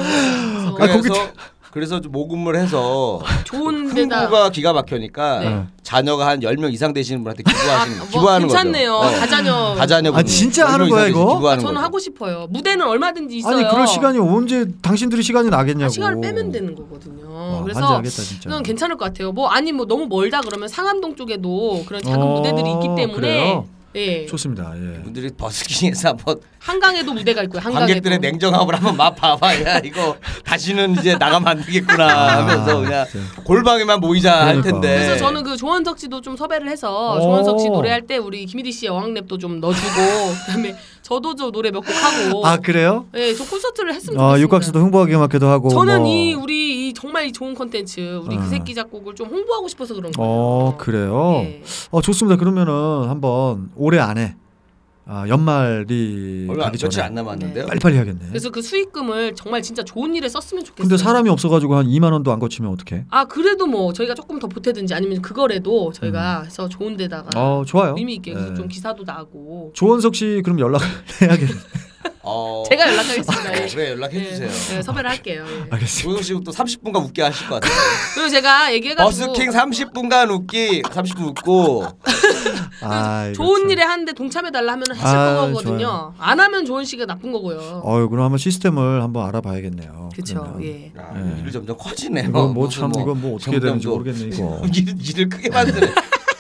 [SPEAKER 1] 그래서 그
[SPEAKER 2] 아, 거기
[SPEAKER 3] 그래서 그래서 좀 모금을 해서
[SPEAKER 1] 좋은 데다
[SPEAKER 3] 홍보가 기가 막히니까
[SPEAKER 1] 네.
[SPEAKER 3] 자녀가 한 10명 이상 되시는 분한테
[SPEAKER 1] 아,
[SPEAKER 3] 기부하시는
[SPEAKER 1] 뭐
[SPEAKER 3] 기부하는
[SPEAKER 1] 괜찮네요.
[SPEAKER 3] 거죠. 어.
[SPEAKER 1] 다자녀
[SPEAKER 3] 다자녀
[SPEAKER 2] 아, 진짜 하는 거야, 이거?
[SPEAKER 1] 아,
[SPEAKER 3] 기부하는
[SPEAKER 1] 저는
[SPEAKER 3] 거죠.
[SPEAKER 1] 하고 싶어요. 무대는 얼마든지 있어요.
[SPEAKER 2] 아니 그럴 시간이 언제 당신들이 시간이 나겠냐고.
[SPEAKER 1] 아, 시간을 빼면 되는 거거든요.
[SPEAKER 2] 와,
[SPEAKER 1] 어, 그래서
[SPEAKER 2] 완전 알겠다, 진짜.
[SPEAKER 1] 그건 괜찮을 것 같아요. 뭐 아니 뭐 너무 멀다 그러면 상암동 쪽에도 그런 작은
[SPEAKER 2] 어,
[SPEAKER 1] 무대들이 있기 때문에
[SPEAKER 2] 그래요?
[SPEAKER 1] 예
[SPEAKER 2] 좋습니다. 예.
[SPEAKER 3] 분들이 버스킹에서 한번
[SPEAKER 1] 한강에도 무대가 있고요. 한강에도.
[SPEAKER 3] 관객들의 냉정함을 한번 맛봐봐. 야 이거 다시는 이제 나가면 안
[SPEAKER 2] 아,
[SPEAKER 3] 되겠구나 하면서 그냥
[SPEAKER 2] 진짜.
[SPEAKER 3] 골방에만 모이자 할
[SPEAKER 2] 그러니까.
[SPEAKER 3] 텐데.
[SPEAKER 1] 그래서 저는 그 조원석 씨도 좀 섭외를 해서
[SPEAKER 2] 오.
[SPEAKER 1] 조원석 씨 노래할 때 우리 김희리 씨 여왕랩도 좀 넣어주고 그다음에 저도 저 노래 몇 곡 하고
[SPEAKER 2] 아 그래요?
[SPEAKER 1] 예, 예저 콘서트를 했으면 좋겠습니다.
[SPEAKER 9] 아,
[SPEAKER 2] 아 육각수도 흥보하게 음악회도 하고.
[SPEAKER 1] 저는
[SPEAKER 2] 뭐.
[SPEAKER 1] 이 우리 이 이 정말 이 좋은 컨텐츠 우리 그 새끼 작곡을 좀 홍보하고 싶어서 그런 거예요.
[SPEAKER 9] 네. 어 그래요.
[SPEAKER 1] 예.
[SPEAKER 9] 어 좋습니다. 그러면은 한번 올해 안에 아, 연말이
[SPEAKER 3] 얼마
[SPEAKER 9] 가기
[SPEAKER 3] 며칠
[SPEAKER 9] 전에
[SPEAKER 3] 안 남았는데요.
[SPEAKER 9] 빨리빨리 해야겠네.
[SPEAKER 1] 그래서 그 수익금을 정말 진짜 좋은 일에 썼으면 좋겠어요.
[SPEAKER 9] 근데 사람이 없어가지고 한 2만 원도 안 거치면 어떡해?
[SPEAKER 1] 아 그래도 뭐 저희가 조금 더 보태든지 아니면 그거라도 저희가 해서 좋은 데다가
[SPEAKER 9] 어 음. 좋아요.
[SPEAKER 1] 의미 있게
[SPEAKER 9] 네.
[SPEAKER 1] 그래서 좀 기사도 나고
[SPEAKER 9] 조원석 씨 그럼 연락을 해야겠네.
[SPEAKER 3] 어,
[SPEAKER 1] 제가 연락하겠습니다.
[SPEAKER 3] 어,
[SPEAKER 1] 예.
[SPEAKER 3] 그래 연락해 주세요.
[SPEAKER 1] 예, 예, 섭외를 할게요. 예.
[SPEAKER 9] 알겠습니다.
[SPEAKER 3] 조영 씨또 30분간 웃게 하실 것 같아요.
[SPEAKER 1] 그리고 제가 얘기해가지고
[SPEAKER 3] 버스킹 30분간 웃기 30분 웃고
[SPEAKER 9] 아,
[SPEAKER 3] 네,
[SPEAKER 9] 이거
[SPEAKER 1] 좋은
[SPEAKER 9] 참.
[SPEAKER 1] 일에 하는데 동참해달라 하면 하실
[SPEAKER 9] 아유,
[SPEAKER 1] 거거든요.
[SPEAKER 9] 좋아요.
[SPEAKER 1] 안 하면 좋은 씨가 나쁜 거고요.
[SPEAKER 9] 어유 그럼 한번 시스템을 한번 알아봐야겠네요.
[SPEAKER 1] 그렇죠.
[SPEAKER 9] 그러면.
[SPEAKER 1] 예.
[SPEAKER 3] 야,
[SPEAKER 9] 네.
[SPEAKER 3] 일이 점점 커지네요.
[SPEAKER 9] 이건 뭐
[SPEAKER 3] 무슨
[SPEAKER 9] 참 이건 뭐 어떻게 해야 되는지
[SPEAKER 3] 점점
[SPEAKER 9] 모르겠네 이거.
[SPEAKER 3] 또 일, 일을 크게 만드네.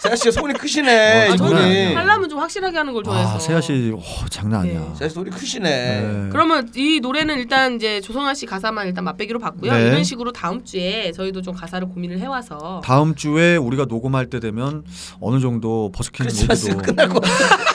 [SPEAKER 3] 세아 씨 손이 크시네
[SPEAKER 9] 어, 장난
[SPEAKER 3] 이분이.
[SPEAKER 9] 아니에요.
[SPEAKER 1] 하려면 좀 확실하게 하는 걸 좋아해서.
[SPEAKER 9] 아 세아 씨 어, 장난 아니야.
[SPEAKER 3] 세아 씨 손이 크시네.
[SPEAKER 9] 네.
[SPEAKER 1] 그러면 이 노래는 일단 이제 조성아 씨 가사만 일단 맛배기로 봤고요.
[SPEAKER 9] 네.
[SPEAKER 1] 이런 식으로 다음 주에 저희도 좀 가사를 고민을 해와서
[SPEAKER 9] 다음 주에 우리가 녹음할 때 되면 어느 정도 버스킹
[SPEAKER 3] 크리스마스
[SPEAKER 9] 음, 모드도
[SPEAKER 3] 끝날 것 같아.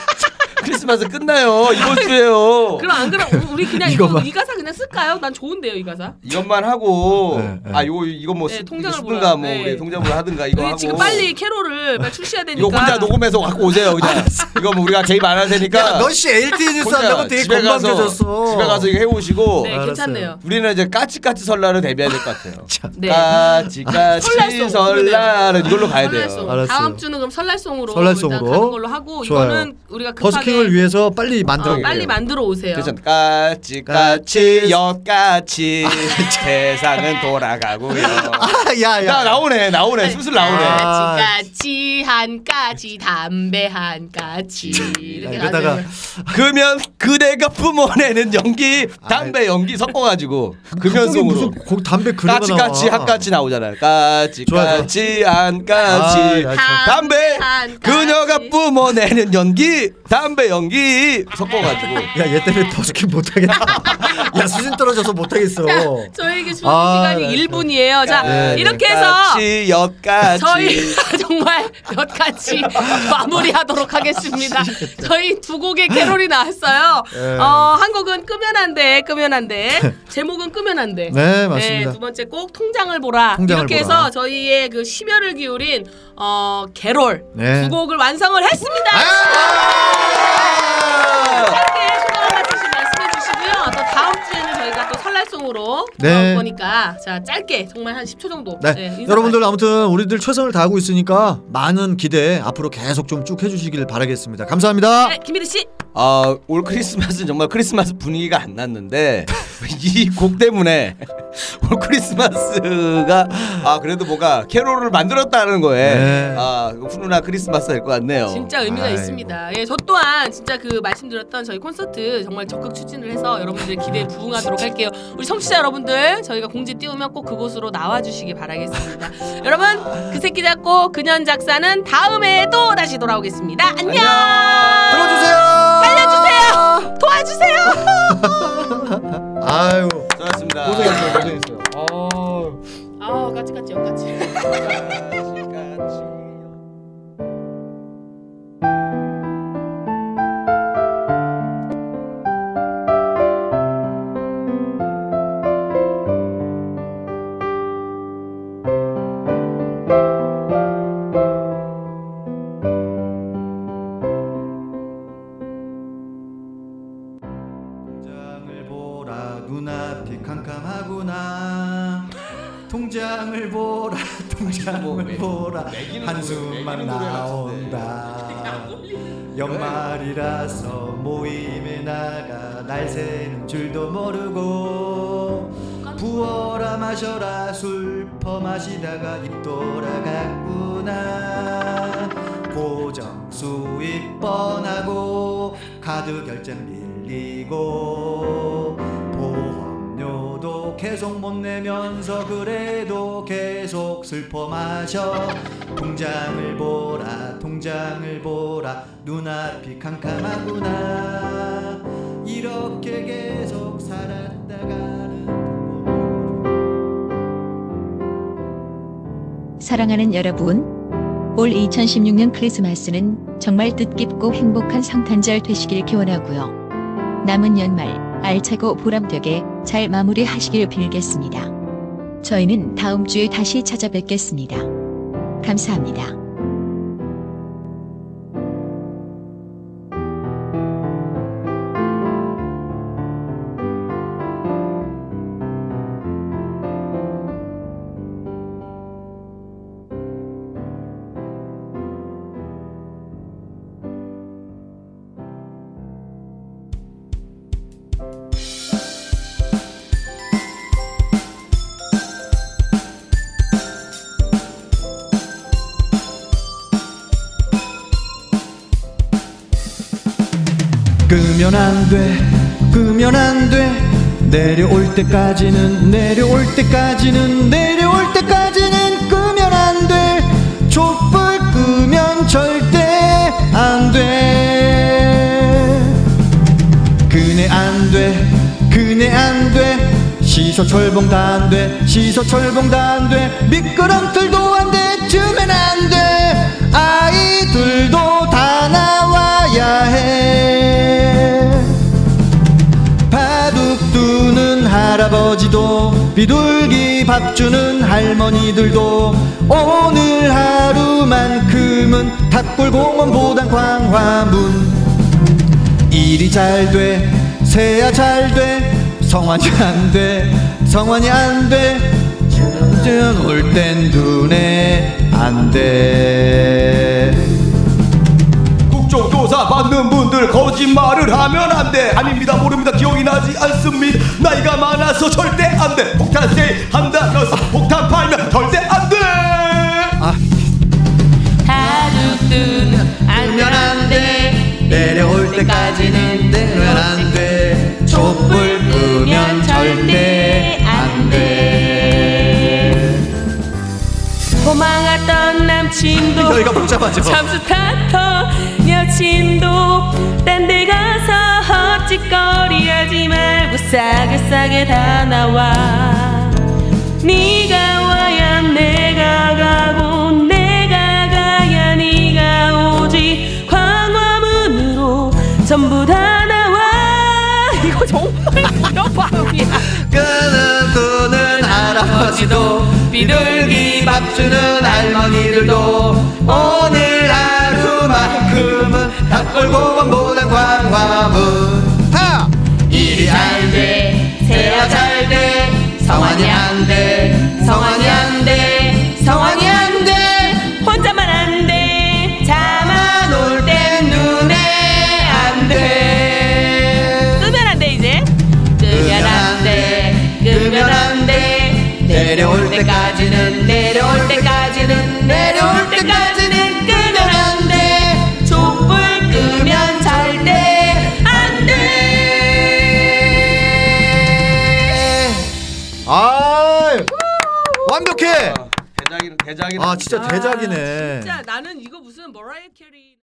[SPEAKER 3] 크리스마스 끝나요 이번 주에요.
[SPEAKER 1] 그럼 안 그럼 우리 그냥
[SPEAKER 9] 이거
[SPEAKER 1] 이거
[SPEAKER 9] 봐.
[SPEAKER 1] 이 가사 그냥 쓸까요? 난 좋은데요 이 가사.
[SPEAKER 3] 이것만 하고
[SPEAKER 9] 네, 네.
[SPEAKER 3] 아요 이거 뭐
[SPEAKER 1] 네,
[SPEAKER 3] 수-
[SPEAKER 1] 통장을
[SPEAKER 3] 이거 수든가
[SPEAKER 1] 보라.
[SPEAKER 3] 뭐
[SPEAKER 1] 네.
[SPEAKER 3] 우리 통장을 하든가 이거
[SPEAKER 1] 우리
[SPEAKER 3] 하고
[SPEAKER 1] 지금 빨리 캐롤을 빨리 출시해야 되니까.
[SPEAKER 3] 이거 혼자 녹음해서 갖고 오세요 그냥 이거 뭐 우리가 개입 안할 테니까
[SPEAKER 9] 너씨 LTE 뉴스
[SPEAKER 3] 혼자
[SPEAKER 9] 한다고 되게
[SPEAKER 3] 집에 가서-
[SPEAKER 9] 건방져졌어.
[SPEAKER 3] 집에 가서 이거 해오시고
[SPEAKER 1] 네 괜찮네요.
[SPEAKER 3] 우리는 이제 까치까치 설날을 데뷔해야 될 것 같아요.
[SPEAKER 1] 네.
[SPEAKER 3] 까치까치
[SPEAKER 1] 설날송. 네.
[SPEAKER 3] 설날은 이걸로 가야 돼요.
[SPEAKER 1] 설날송.
[SPEAKER 9] 알았어요.
[SPEAKER 1] 다음 주는 그럼 설날송으로
[SPEAKER 9] 설날송으로.
[SPEAKER 1] 일단 가는 걸로 하고
[SPEAKER 9] 좋아요.
[SPEAKER 1] 이거는 우리가 급하게
[SPEAKER 9] 버스킹을 위해서 빨리 만들어.
[SPEAKER 1] 어, 빨리 만들어 오세요.
[SPEAKER 3] 괜찮다. 까치까치 그렇죠? 여까치 세상은 돌아가고요.
[SPEAKER 9] 야야.
[SPEAKER 3] 야 나오네 나오네 슬슬 나오네.
[SPEAKER 9] 아.
[SPEAKER 1] 까치 한 까치 담배 한 까치 이렇게
[SPEAKER 9] 이러다가
[SPEAKER 1] 나중에.
[SPEAKER 3] 금연 그대가 뿜어내는 연기 담배 연기 섞어가지고
[SPEAKER 9] 갑자기
[SPEAKER 3] 금연송으로.
[SPEAKER 9] 무슨 거 담배 그릇가 나와.
[SPEAKER 3] 까치까치 한까치 나오잖아요.
[SPEAKER 9] 좋아, 좋아.
[SPEAKER 3] 까치까치
[SPEAKER 9] 아,
[SPEAKER 3] 한까치
[SPEAKER 9] 야, 참.
[SPEAKER 3] 담배
[SPEAKER 1] 한 까치.
[SPEAKER 3] 그녀가 뿜어내는 연기 담배 연기 섞어가지고
[SPEAKER 9] 야, 얘 때문에 버스킹 못 하겠다. 야, 수준 떨어져서 못 하겠어.
[SPEAKER 1] 저에게 주는
[SPEAKER 9] 아, 네,
[SPEAKER 1] 시간이 일 1분이에요. 자
[SPEAKER 9] 네, 네.
[SPEAKER 1] 아, 이렇게 해서
[SPEAKER 3] 까치 여까치
[SPEAKER 1] 저희 정말 여기까지 마무리하도록 하겠습니다. 저희 두 곡의 캐롤이 나왔어요.
[SPEAKER 9] 예.
[SPEAKER 1] 어, 한 곡은 끄면 안 돼, 끄면 안 돼. 제목은 끄면 안 돼.
[SPEAKER 9] 네, 맞습니다.
[SPEAKER 1] 두 번째 꼭 통장을 보라.
[SPEAKER 9] 통장을
[SPEAKER 1] 이렇게
[SPEAKER 9] 보라.
[SPEAKER 1] 해서 저희의 그 심혈을 기울인 어, 캐롤
[SPEAKER 9] 네.
[SPEAKER 1] 두 곡을 완성을 했습니다. 함께 소감을 같이 말씀해 주시고요. 또 다음 주에는 저희가 또 설날송으로
[SPEAKER 9] 네.
[SPEAKER 1] 돌아올 거니까 자 짧게 정말 한 10초 정도.
[SPEAKER 9] 네,
[SPEAKER 1] 예, 인사
[SPEAKER 9] 여러분들 아무튼 우리들 최선을 다하고 있으니까 많은 기대 앞으로 계속 좀 쭉 해주시길 바라겠습니다. 감사합니다.
[SPEAKER 1] 네, 김일희 씨.
[SPEAKER 3] 아, 올 크리스마스는 정말 크리스마스 분위기가 안 났는데 이 곡 때문에 올 크리스마스가 아 그래도 뭔가 캐롤을 만들었다는 거에
[SPEAKER 9] 네.
[SPEAKER 3] 아 훈훈한 크리스마스 될 것 같네요.
[SPEAKER 1] 진짜 의미가
[SPEAKER 9] 아이고.
[SPEAKER 1] 있습니다. 예, 저 또한 진짜 그 말씀드렸던 저희 콘서트 정말 적극 추진을 해서 여러분들의 기대에 부응하도록 할게요. 우리 청취자 여러분들 저희가 공지 띄우면 꼭 그곳으로 나와주시기 바라겠습니다. 여러분 그 새끼 잡고 그년 작사는 다음에 또 다시 돌아오겠습니다. 안녕.
[SPEAKER 9] 들어주세요.
[SPEAKER 1] 알려주세요. 도와주세요.
[SPEAKER 9] 아유,
[SPEAKER 3] 수고하셨습니다.
[SPEAKER 9] 고생했어요. 고생했어요.
[SPEAKER 1] 아 까치까치 여까치.
[SPEAKER 9] 통장을 보라 눈앞이 캄캄하구나 통장을 보라 통장을 보라 한숨만 나온다 연말이라서 모임에 나가 날 새는 줄도 모르고 부어라 마셔라 술 퍼마시다가 입 돌아갔구나 고정 수입 뻔하고 카드 결제 밀리고 보험료도 계속 못 내면서 그래도 계속 슬퍼 마셔 통장을 보라 통장을 보라 눈앞이 캄캄하구나 이렇게 계속 살았다가는
[SPEAKER 10] 사랑하는 여러분, 올 2016년 크리스마스는 정말 뜻깊고 행복한 성탄절 되시길 기원하고요. 남은 연말 알차고 보람되게 잘 마무리하시길 빌겠습니다. 저희는 다음 주에 다시 찾아뵙겠습니다. 감사합니다.
[SPEAKER 9] 끄면 안 돼, 끄면 안 돼. 내려올 때까지는, 내려올 때까지는, 내려올 때까지는 끄면 안 돼. 촛불 끄면 절대 안 돼. 그네 안 돼, 그네 안 돼. 시소 철봉 다 안 돼, 시소 철봉 다 안 돼. 미끄럼틀도 안 돼, 주면 안 돼. 아이들도 다 나와야 해. 바둑 두는 할아버지도 비둘기 밥 주는 할머니들도 오늘 하루만큼은 탑골공원보단 광화문 일이 잘 돼, 새야 잘 돼, 성환이 안 돼, 성환이 안 돼, 주는 올땐 눈에 안 돼.
[SPEAKER 3] 국정조사 받는 분들 거짓말을 하면 안 돼 아닙니다 모릅니다 기억이 나지 않습니다 나이가 많아서 절대 안 돼 폭탄 세일 한다면서 폭탄 팔면 절대 안돼
[SPEAKER 1] 바둑두는 알면 안돼
[SPEAKER 9] 내려올 때까지는 내려면 안 돼, 촛불 끄면 절대 안 돼.
[SPEAKER 1] 도망갔던 남친도
[SPEAKER 9] 여기가 복잡하죠?
[SPEAKER 1] 잠수 탔던 여친도 딴 데 가서 헛짓거리 하지 말고 싸게 싸게 다 나와 네가 와야 내가 가고 내가 가야 네가 오지 광화문으로 전부 다 나와 이거 정말 이런 마음이야
[SPEAKER 9] 끊어두는 할아버지도 비둘기 밥 주는 할머니들도 오늘 하루만큼은 닭골공원보단 광화문 하! 일이 잘 돼, 새야 잘 돼, 성환이 안 돼, 성환이 안 돼, 성환이 안 돼,
[SPEAKER 1] 혼자만 안돼 자만
[SPEAKER 9] 놀 땐 눈에 안 돼.
[SPEAKER 1] 끄면 안 돼 이제 끄면 안돼 끄면 안돼 내려올 때까지는 내려올 때까지는 내려올 때까지는 끄면 안돼 촛불 끄면 절대 안돼
[SPEAKER 9] 아 완벽해.
[SPEAKER 11] 대작이 대작이
[SPEAKER 9] 아 진짜 대작이네.
[SPEAKER 12] 진짜 나는 이거 무슨 머라이어 캐리